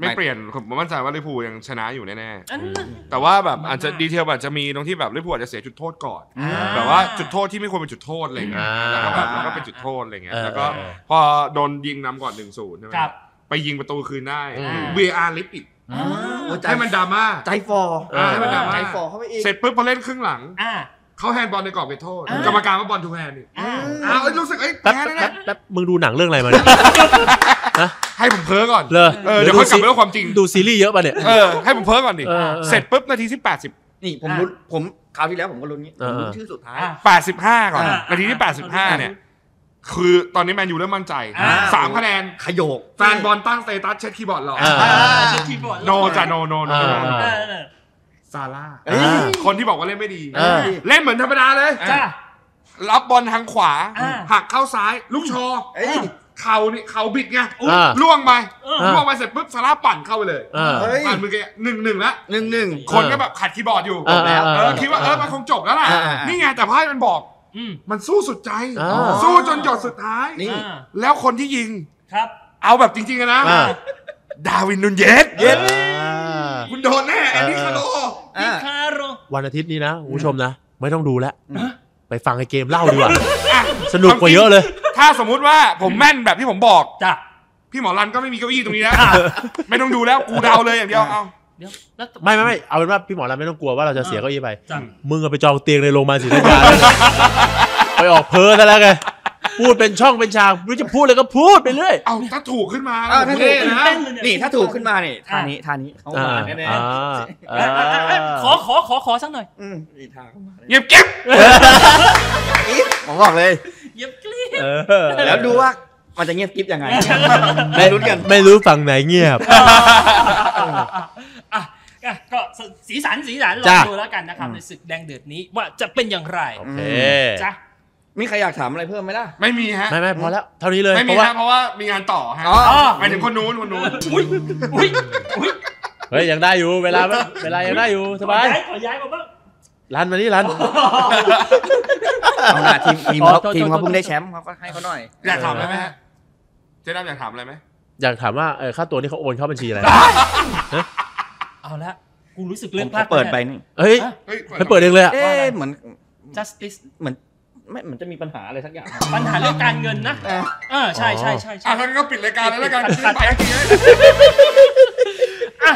D: ไม่
B: ไม่
D: เปลี่ยนผมมั่นใจว่าลิเวอร์พูลยังชนะอยู่แน่
F: อันนั้น
D: ๆแต่ว่าแบบอาจจะ
F: มาก
D: ดีเทลอาจจะมีตรงที่แบบลิเวอร์พูลอาจจะเสียจุดโทษก่อน
B: อ่า
D: แบบว่าจุดโทษที่ไม่ควรเป็นจุดโทษอะไรเงี้ย
E: อ่า
D: แล้วก็แบบแล้วก็เป็นจุดโทษอะไรเงี้ย
E: เออ
D: แล้วก็
E: เออ
D: พอโดนยิงนำก่อนหนึ่งศูนย์ใช่ไหม
H: ครับ
D: ไปยิงประตูคืนได้
E: อืม
D: VR ลิปอีก
H: อ่า
B: โอ้ใจ
D: ให้มันดราม่า
B: ใจฟอ
E: อ่า
D: ให้มันดราม่า
B: ใจฟอเข้าไปอีก
D: เสร็จปุ๊บพอเล่นครึ่งหลัง
H: อ่า
D: เขาแฮนด์บอลในกรอบเป็นโทษ
H: อ่าก
D: รรมการว่าบอลทูแฮนด์นี่
H: อ่า
D: อ้าวเอ้ยรู้สึกไอ้ย
E: แป๊บ
D: แพ้แน่
E: แป๊บแป๊บมึงดูหนังเรื่องอะไรมาเนี่ย
D: ๆให้ผมเพ้อก่อน
E: เลอ
D: เออเดี๋ยวค่อยกลับไปเล่าความจริง
E: ดูซีรีส์เยอะป่ะเนี่ย
D: เออ ให้ผมเพ้อก่อนดิ
E: เออเออ
D: เสร็จปุ๊บนาทีที่ 80
B: นี่ผมรุ้นผมคราวที่แล้วผมก็รุ้นงี้ผมรุ้
E: เอ
B: น
E: อ
B: ชื่อสุดท้าย
H: อ่า
D: 85 ก่อน
H: อ่า
D: นาทีที่
H: อ่า
D: 85 เนี่ย คือตอนนี้แมนยูเริ่มมั่นใจ
H: อ่า
D: สามคะแนน
B: ขยโยก
D: แฟนบอลตั้งสเตตัสเช็ดคีย์บอร์ดหรอ
E: อ่า
H: อ่าเช็ดคีย์บอร์ด
D: โนจ้ะโนโนโน
E: อ่า
H: เออเออ
D: ซาร่า
B: เอ้ย
D: คนที่บอกว่าเล่นไม่ดี
E: เออ
D: เล่นเหมือนธรรมดาเลย
H: จ้า
D: รับบอลทางขวา
H: อ่า
D: หักเข้าซ้าย ลูกชอ
B: เอ้ย
D: เข่านี่เข่าบิดไง
E: อ่า
D: ล่วงไป
E: อ่า
D: ล่วงไปเสร็จปุ๊บซาร่าปั่นเข้าไปเลย
E: เออ
B: เฮ้ย
D: ปั่นมือแกหนึ่งหนึ่งละ
B: หนึ่งหนึ่ง
D: คนก็แบบขัดคีย์บอร์ดอยู่
E: เออเออเออ
D: เออคิดว่าเออมันคงจบแล้วล่ะ
B: เออเออเออ
D: นี่ไงแต่ไพ่มันบอก
H: อืม
D: มันสู้สุดใจ
E: เออ
D: สู้จนหยดสุดท้าย
B: นี่
H: อ่า
D: แล้วคนที่ยิง
H: ครับ
D: เอาแบบจริงๆอะนะ
E: อ่า
D: ดาวินนุนเยส
B: เย็น
D: คุณโดนแน่แอนนี่คาโล
B: อ่า
H: คาโร
E: วันอาทิตย์นี้นะคุณผู้ชมนะ ไม่ต้องดูแล้ว ไปฟังไอเกมเล่าดีกว่า สนุกกว่าเยอะเลย
D: ถ้าสมมุติว่าผมแม่นแบบที่ผมบอก
H: จ้ะ
D: พี่หมอรันก็ไม่มีเก้าอี้ตรงนี้นะ ไม่ต้องดูแล้วกูเดาเลยอย่างเดียวเอา
H: เดี๋ยวแล้ว
E: ไม่ไม่ไม่เอาเป็นว่าพี่หมอรันไม่ต้องกลัวว่าเราจะเสียเก้าอี้ไป
H: จ้ะ
E: มึงก็ไปจองเตียงในโรงพยาบาลศรีราชาเลยไปออกเพ้อซะแล้วไงพูดเป็นช่องเป็นชางไม่รู้จะพูดเลยก็พูดไปเรื่อย
D: เอาถ้าถูกขึ้นมา
B: เออถ้าถูก
D: เท่นะ
H: เต้นเลยเนี่ย
B: นี่ถ้าถูกขึ้นมาเนี่ยท่านี้ท่านี้เขา
E: อ่า
B: มาแน่
E: อ่าอ่า
F: ขอขอขอขอสักหน่อย
B: ๆอืมนี่ทางเขามา
D: เงียบเก็บ
B: อีฟผมบอกเลย
F: เย็บกลีบ
B: แล้วดูว่ามันจะเงียบกริฟยังไง
E: ไม่รู้กันไม่รู้ฝั่งไหนเงียบ
H: อ่ะอ่ะก็สีสันสีสันลอ
E: จ้ะ
H: งดูแล้วกันนะครับ ในศึกแดงเดือดนี้ว่าจะเป็นอย่างไร
E: โอเค
H: จ้ะ
B: มีใครอยากถามอะไรเพิ่มไหมล่ะ
D: ไม่มีฮะ
E: ไม่ไม่พอแล้ว เท่านี้เลย
D: ไม่
E: เพ
D: มี
E: ราะว่า
D: ฮะเพราะว่ามีงานต่อฮะ
B: อ๋อ
D: หมายถึงคนนู้นคนนู้น
H: อุ้ยอุ้ยอุ้ย
E: เฮ้ยยังได้อยู่เวลาไม่เวลายังได้อยู่สบาย
H: ขอย้ายขอย้ายมาบ้าง
E: รันมานี่รัน
B: เอาล่ะทีมทีมเขา
E: โทษโทษ
B: ทีมเขาเพิ่งได้แชมป์เขาก็ให้เขาหน่อย
D: อยากถามอะไรไหมฮะ เจ๊ดำอยากถามอะไรไหม
E: อยากถามว่าเออค่าตัวนี่เขาโอนเข้าบัญชีอะไร
F: เอาละกูรู้สึก
B: ผ
F: เริ่ม
B: ม
F: พลาด
B: เปิดไปนี่
E: เฮ้ย
D: เฮ้ย
E: ไม่เปิดเองเลยอ่ะ
B: เอ๊ะเหมือน
F: justice
B: เหมือนไม่เหมือนจะมีปัญหาอะไรสักอย่าง
F: ปัญหาเรื่องการเงินนะ
B: เออ
F: เออใช่ใช่ใช่ใช่
D: อ่ะท่านก็ปิดรายการแล้วแล้วกัน
F: ปิด
D: ขึ้
F: ราน ย
D: ไป
F: การ
D: ทีนี้
F: อ่ะ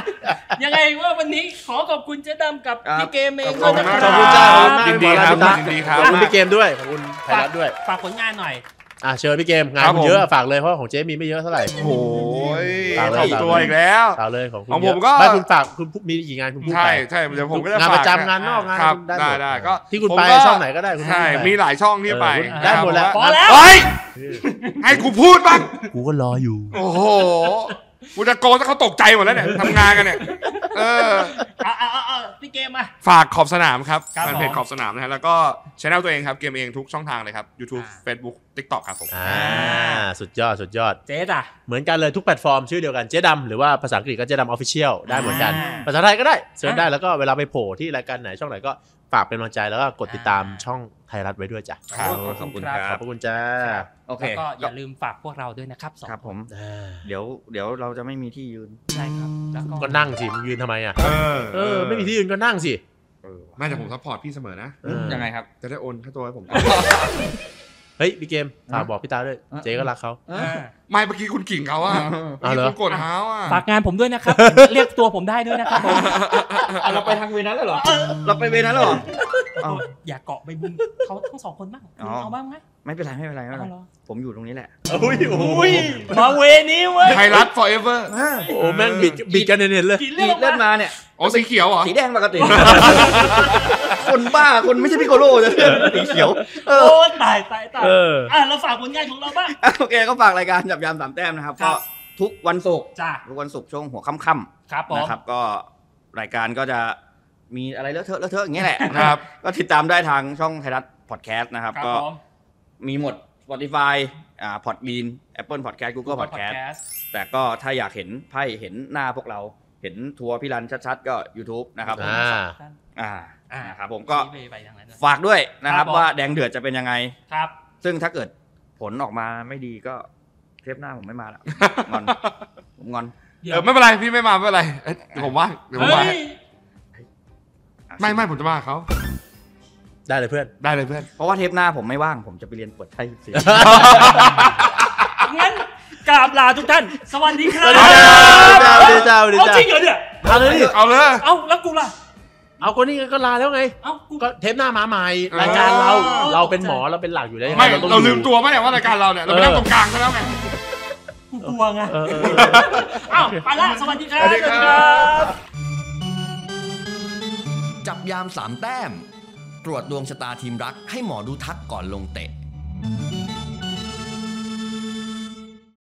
F: ยังไงว่าวันนี้ขอขอบคุณเจ๊ดำกับ
B: ครับ
F: พี่เกมเอง
B: ขอบคุณ
F: ด้วยนะ
E: ข
B: มาก
E: อบคุณ
F: รั
E: จ้า
D: ข
E: ขอ
D: อบบ คุ
E: คุณ ณ
D: มา
E: าก ก
D: มยินดีครับยินดีครับ
E: ขอบคุณพี่เกมด้วยขอบคุณไทยรัฐด้วย
F: ฝากผลงานหน่อย
E: อ่ะเชิญพี่เกมงาน
D: ครับผม
E: เยอะฝากเลยเพราะของเจ๊มีไม่เยอะเท่าไหร่
D: โอ้ย
E: ตามเลย
D: ถอมตัวอีกแล้ว
E: ฝากเลยของคุณ
D: ของ
E: เย
D: ผ
E: อะ
D: มก็
E: ไม่คุณฝากคุณพูดมีกี่งานคุณพูด
D: ใช่
E: ไป
D: ใช่เดี๋ยวผมก็จะ
E: งาน
D: ฝ
E: ป
D: ก
E: ระจำงานนอกงาน
D: ครับ
E: คุณ
D: ได้
E: หม
D: ได้ก็
E: ที่คุณ
D: ผม
E: ไป
D: ก็
E: ช่องไหนก็ได้คุณ
D: ใช่
E: ไป
D: มีหลายช่องที่ไป
E: เออคุณ
D: นะครับ
F: พอ
E: ได้หมดแล้ว
D: ผ
F: แล้ว
D: เฮ้ยให้กูพูดบ้าง
E: กูก็รออยู่
D: โอ้โหกูจะโกนถ้าเขาตกใจหมดแล้วเนี่ยทำงานกันเนี่ย เออ
F: เอาเอาเอาเอาพี่เกมมา
D: ฝากขอบสนามครับ
F: ครับ
D: แฟนเพจ
F: ผม
D: ขอบสนามนะฮะแล้วก็ช anel ตัวเองครับ เกมเองทุกช่องทางเลยครับ YouTube Facebook TikTok ครับผม
E: อ่า สุดยอด สุดยอด
F: เจ๊ด่ะ
E: เหมือนกันเลยทุกแพลตฟอร์มชื่อเดียวกันเจ๊ดำหรือว่าภาษาอังกฤษก็เจ๊ดำออฟฟิเชียลได้เหมือนกัน
F: อ่า
E: ภาษาไทยก็ได้เสิร์ช
F: อ่า
E: ได้แล้วก็เวลาไปโผล่ที่รายการไหนช่องไหนก็ฝากเป็นกำลังใจแล้วก็กดติดตามช่องไทยรัฐไว้ด้วยจ้ะ
D: ครับ
B: ขอบคุณครั
E: ขอ
B: บบ
E: พระคุณจ้า
B: โอเค
F: แล้วก็อย่าลืมฝากพวกเราด้วยนะครับสอง
B: ครับผม
E: อ่า
B: เดี๋ยวเดี๋ยวเราจะไม่มีที่ยืน
F: ใช่ครับแล้วก็
E: ก็นั่งสิมึงยืนทำไมอ่ะ
D: เออ
E: เออไม่มีที่ยืนก็นั่งสิ
D: ไม่แต่ผมซัพพอร์ตพี่เสมอนะ
E: เออ
B: ยังไงครับ
D: จะได้โอนค่าตัวให้ผม
E: เฮ้ยพี่เกมฝากบอกพี่ตาด้วย
B: อ่ะ
E: เจ๊ก็รักเขา
D: ไม่เมื่อกี้คุณกิ่งเขาอะเมื่อ
E: เอาเหรอ
D: กี้คุณโกดเท้าอะ
F: ฝากงานผมด้วยนะครับ เรียกตัวผมได้ด้วยนะครับผม
B: อ่ะเราไปทางเวนั้นแล้วเหรอ เราไปเวนั้นแล้วเหรอเอ้า
F: อย่าเกาะใบบุญเขาทั้งสองคนบ้าง
B: อ๋อ
F: เอาบ้างไหม
B: ไม่เป็นไรไม่เป็นไรไม่เป็น
F: เอา
B: ไร
F: เหรอ
B: ผมอยู่ตรงนี้แหละ
E: อุ้ยโอ้ย
F: มาเวนี้เว้ย
D: ไทยรัฐ forever
E: โอ้แม่งบิดบิดกันเห็นๆเลย
F: กินเลื
B: ดี
F: อ
B: ด
F: ด
B: เลือด
F: มา
B: มาเนี่ย
D: อ๋อสีเขียวเหรอ
B: สีแดงปกติ คนบ้าคนไม่ใช่พิโกโลจะ สีเขียว เออ
F: โอ้ตายตายตาย
E: เออ
F: อ่ะเราฝากผลงานของเราบ้าง
B: โอเคก็ฝากรายการจับยามสามแต้มนะครับ
F: ครั
B: ก็
F: บ
B: ทุกวันศุกร์
F: จ้า
B: ทุกวันศุกร์ช่วงหัวค่ำ
F: ครับผ
B: ๆ
F: ม
B: นะครับ ก็รายการก็จะมีอะไรเลอะเทอะเลอะเทอะอย่างเงี้ยแหละ
D: ครับ
B: ก็ติดตามได้ทางช่องไทยรัฐพอดแคสต์นะครับ
F: ครับ
B: ก็
F: ผม
B: มีหมด Spotify อ่า Podbean Apple Podcast Google Podcast แต่ก็ถ้าอยากเห็นไพ่เห็นหน้าพวกเรา เห็นทัวร์พี่รันชัดๆ ก็ YouTube นะครับ
E: อ่า
F: ครับ
B: อ่า
F: อ่า
B: นะครับผมก็
F: ไปทางนั้นนะ
B: ฝากด้วยนะครับ
F: ครับผม
B: ว่าแดงเดือดจะเป็นยังไง
F: ครับ
B: ซึ่งถ้าเกิดผลออกมาไม่ดีก็เทปหน้าผมไม่มาแล้ว งอนผมงอน
F: เดี๋ย
D: เอ
F: ว
D: อไม่เป็นไรพี่ไม่มาไม่เป็นไรเอ้ยเดี๋ยวผมว่างเดี๋ยวผม
F: เฮ้
D: ว่าง
F: ย
D: ไม่ไม่ผมจะมากับเขา
E: ได้เลยเพื่อน
D: ได้เลยเพื่อน
B: เพราะว่าเทปหน้าผมไม่ว่างผมจะไปเรียนเปิดไทยเสีย
F: งั้นกราบลาทุกท่าน สวัสดีครับ
E: สวัสดีจ้าสวัสดี
F: เอา
E: จ้า
F: จริงเหรอเนี่ย
E: เอาเลยดิ
D: เอาเลย
F: เอาแล้วกูล่ะ
E: เอาคนนี้ก็ลาแล้วไง
F: เอากู
E: ก็เทปหน้ามาใหม่รายการเรา
F: อ๋อ
E: เราเป็นหมอเราเป็นหลักอยู่แล้วยังง
D: ไม่
E: ต้ง
D: เราลืม
E: อยู่
D: ตัวไหมเนี่ยว่ารายการเราเนี่ยเราไปนั่งตรงกลางซะแล้วไง
F: กูกลัวไง
E: เออเออ
F: เอ้าไปละ สวัสดีครับ
D: สวัสดีครับ
I: จับยามสามแต้ม ตรวจดวงชะตาทีมรักให้หมอดูทักก่อนลงเตะ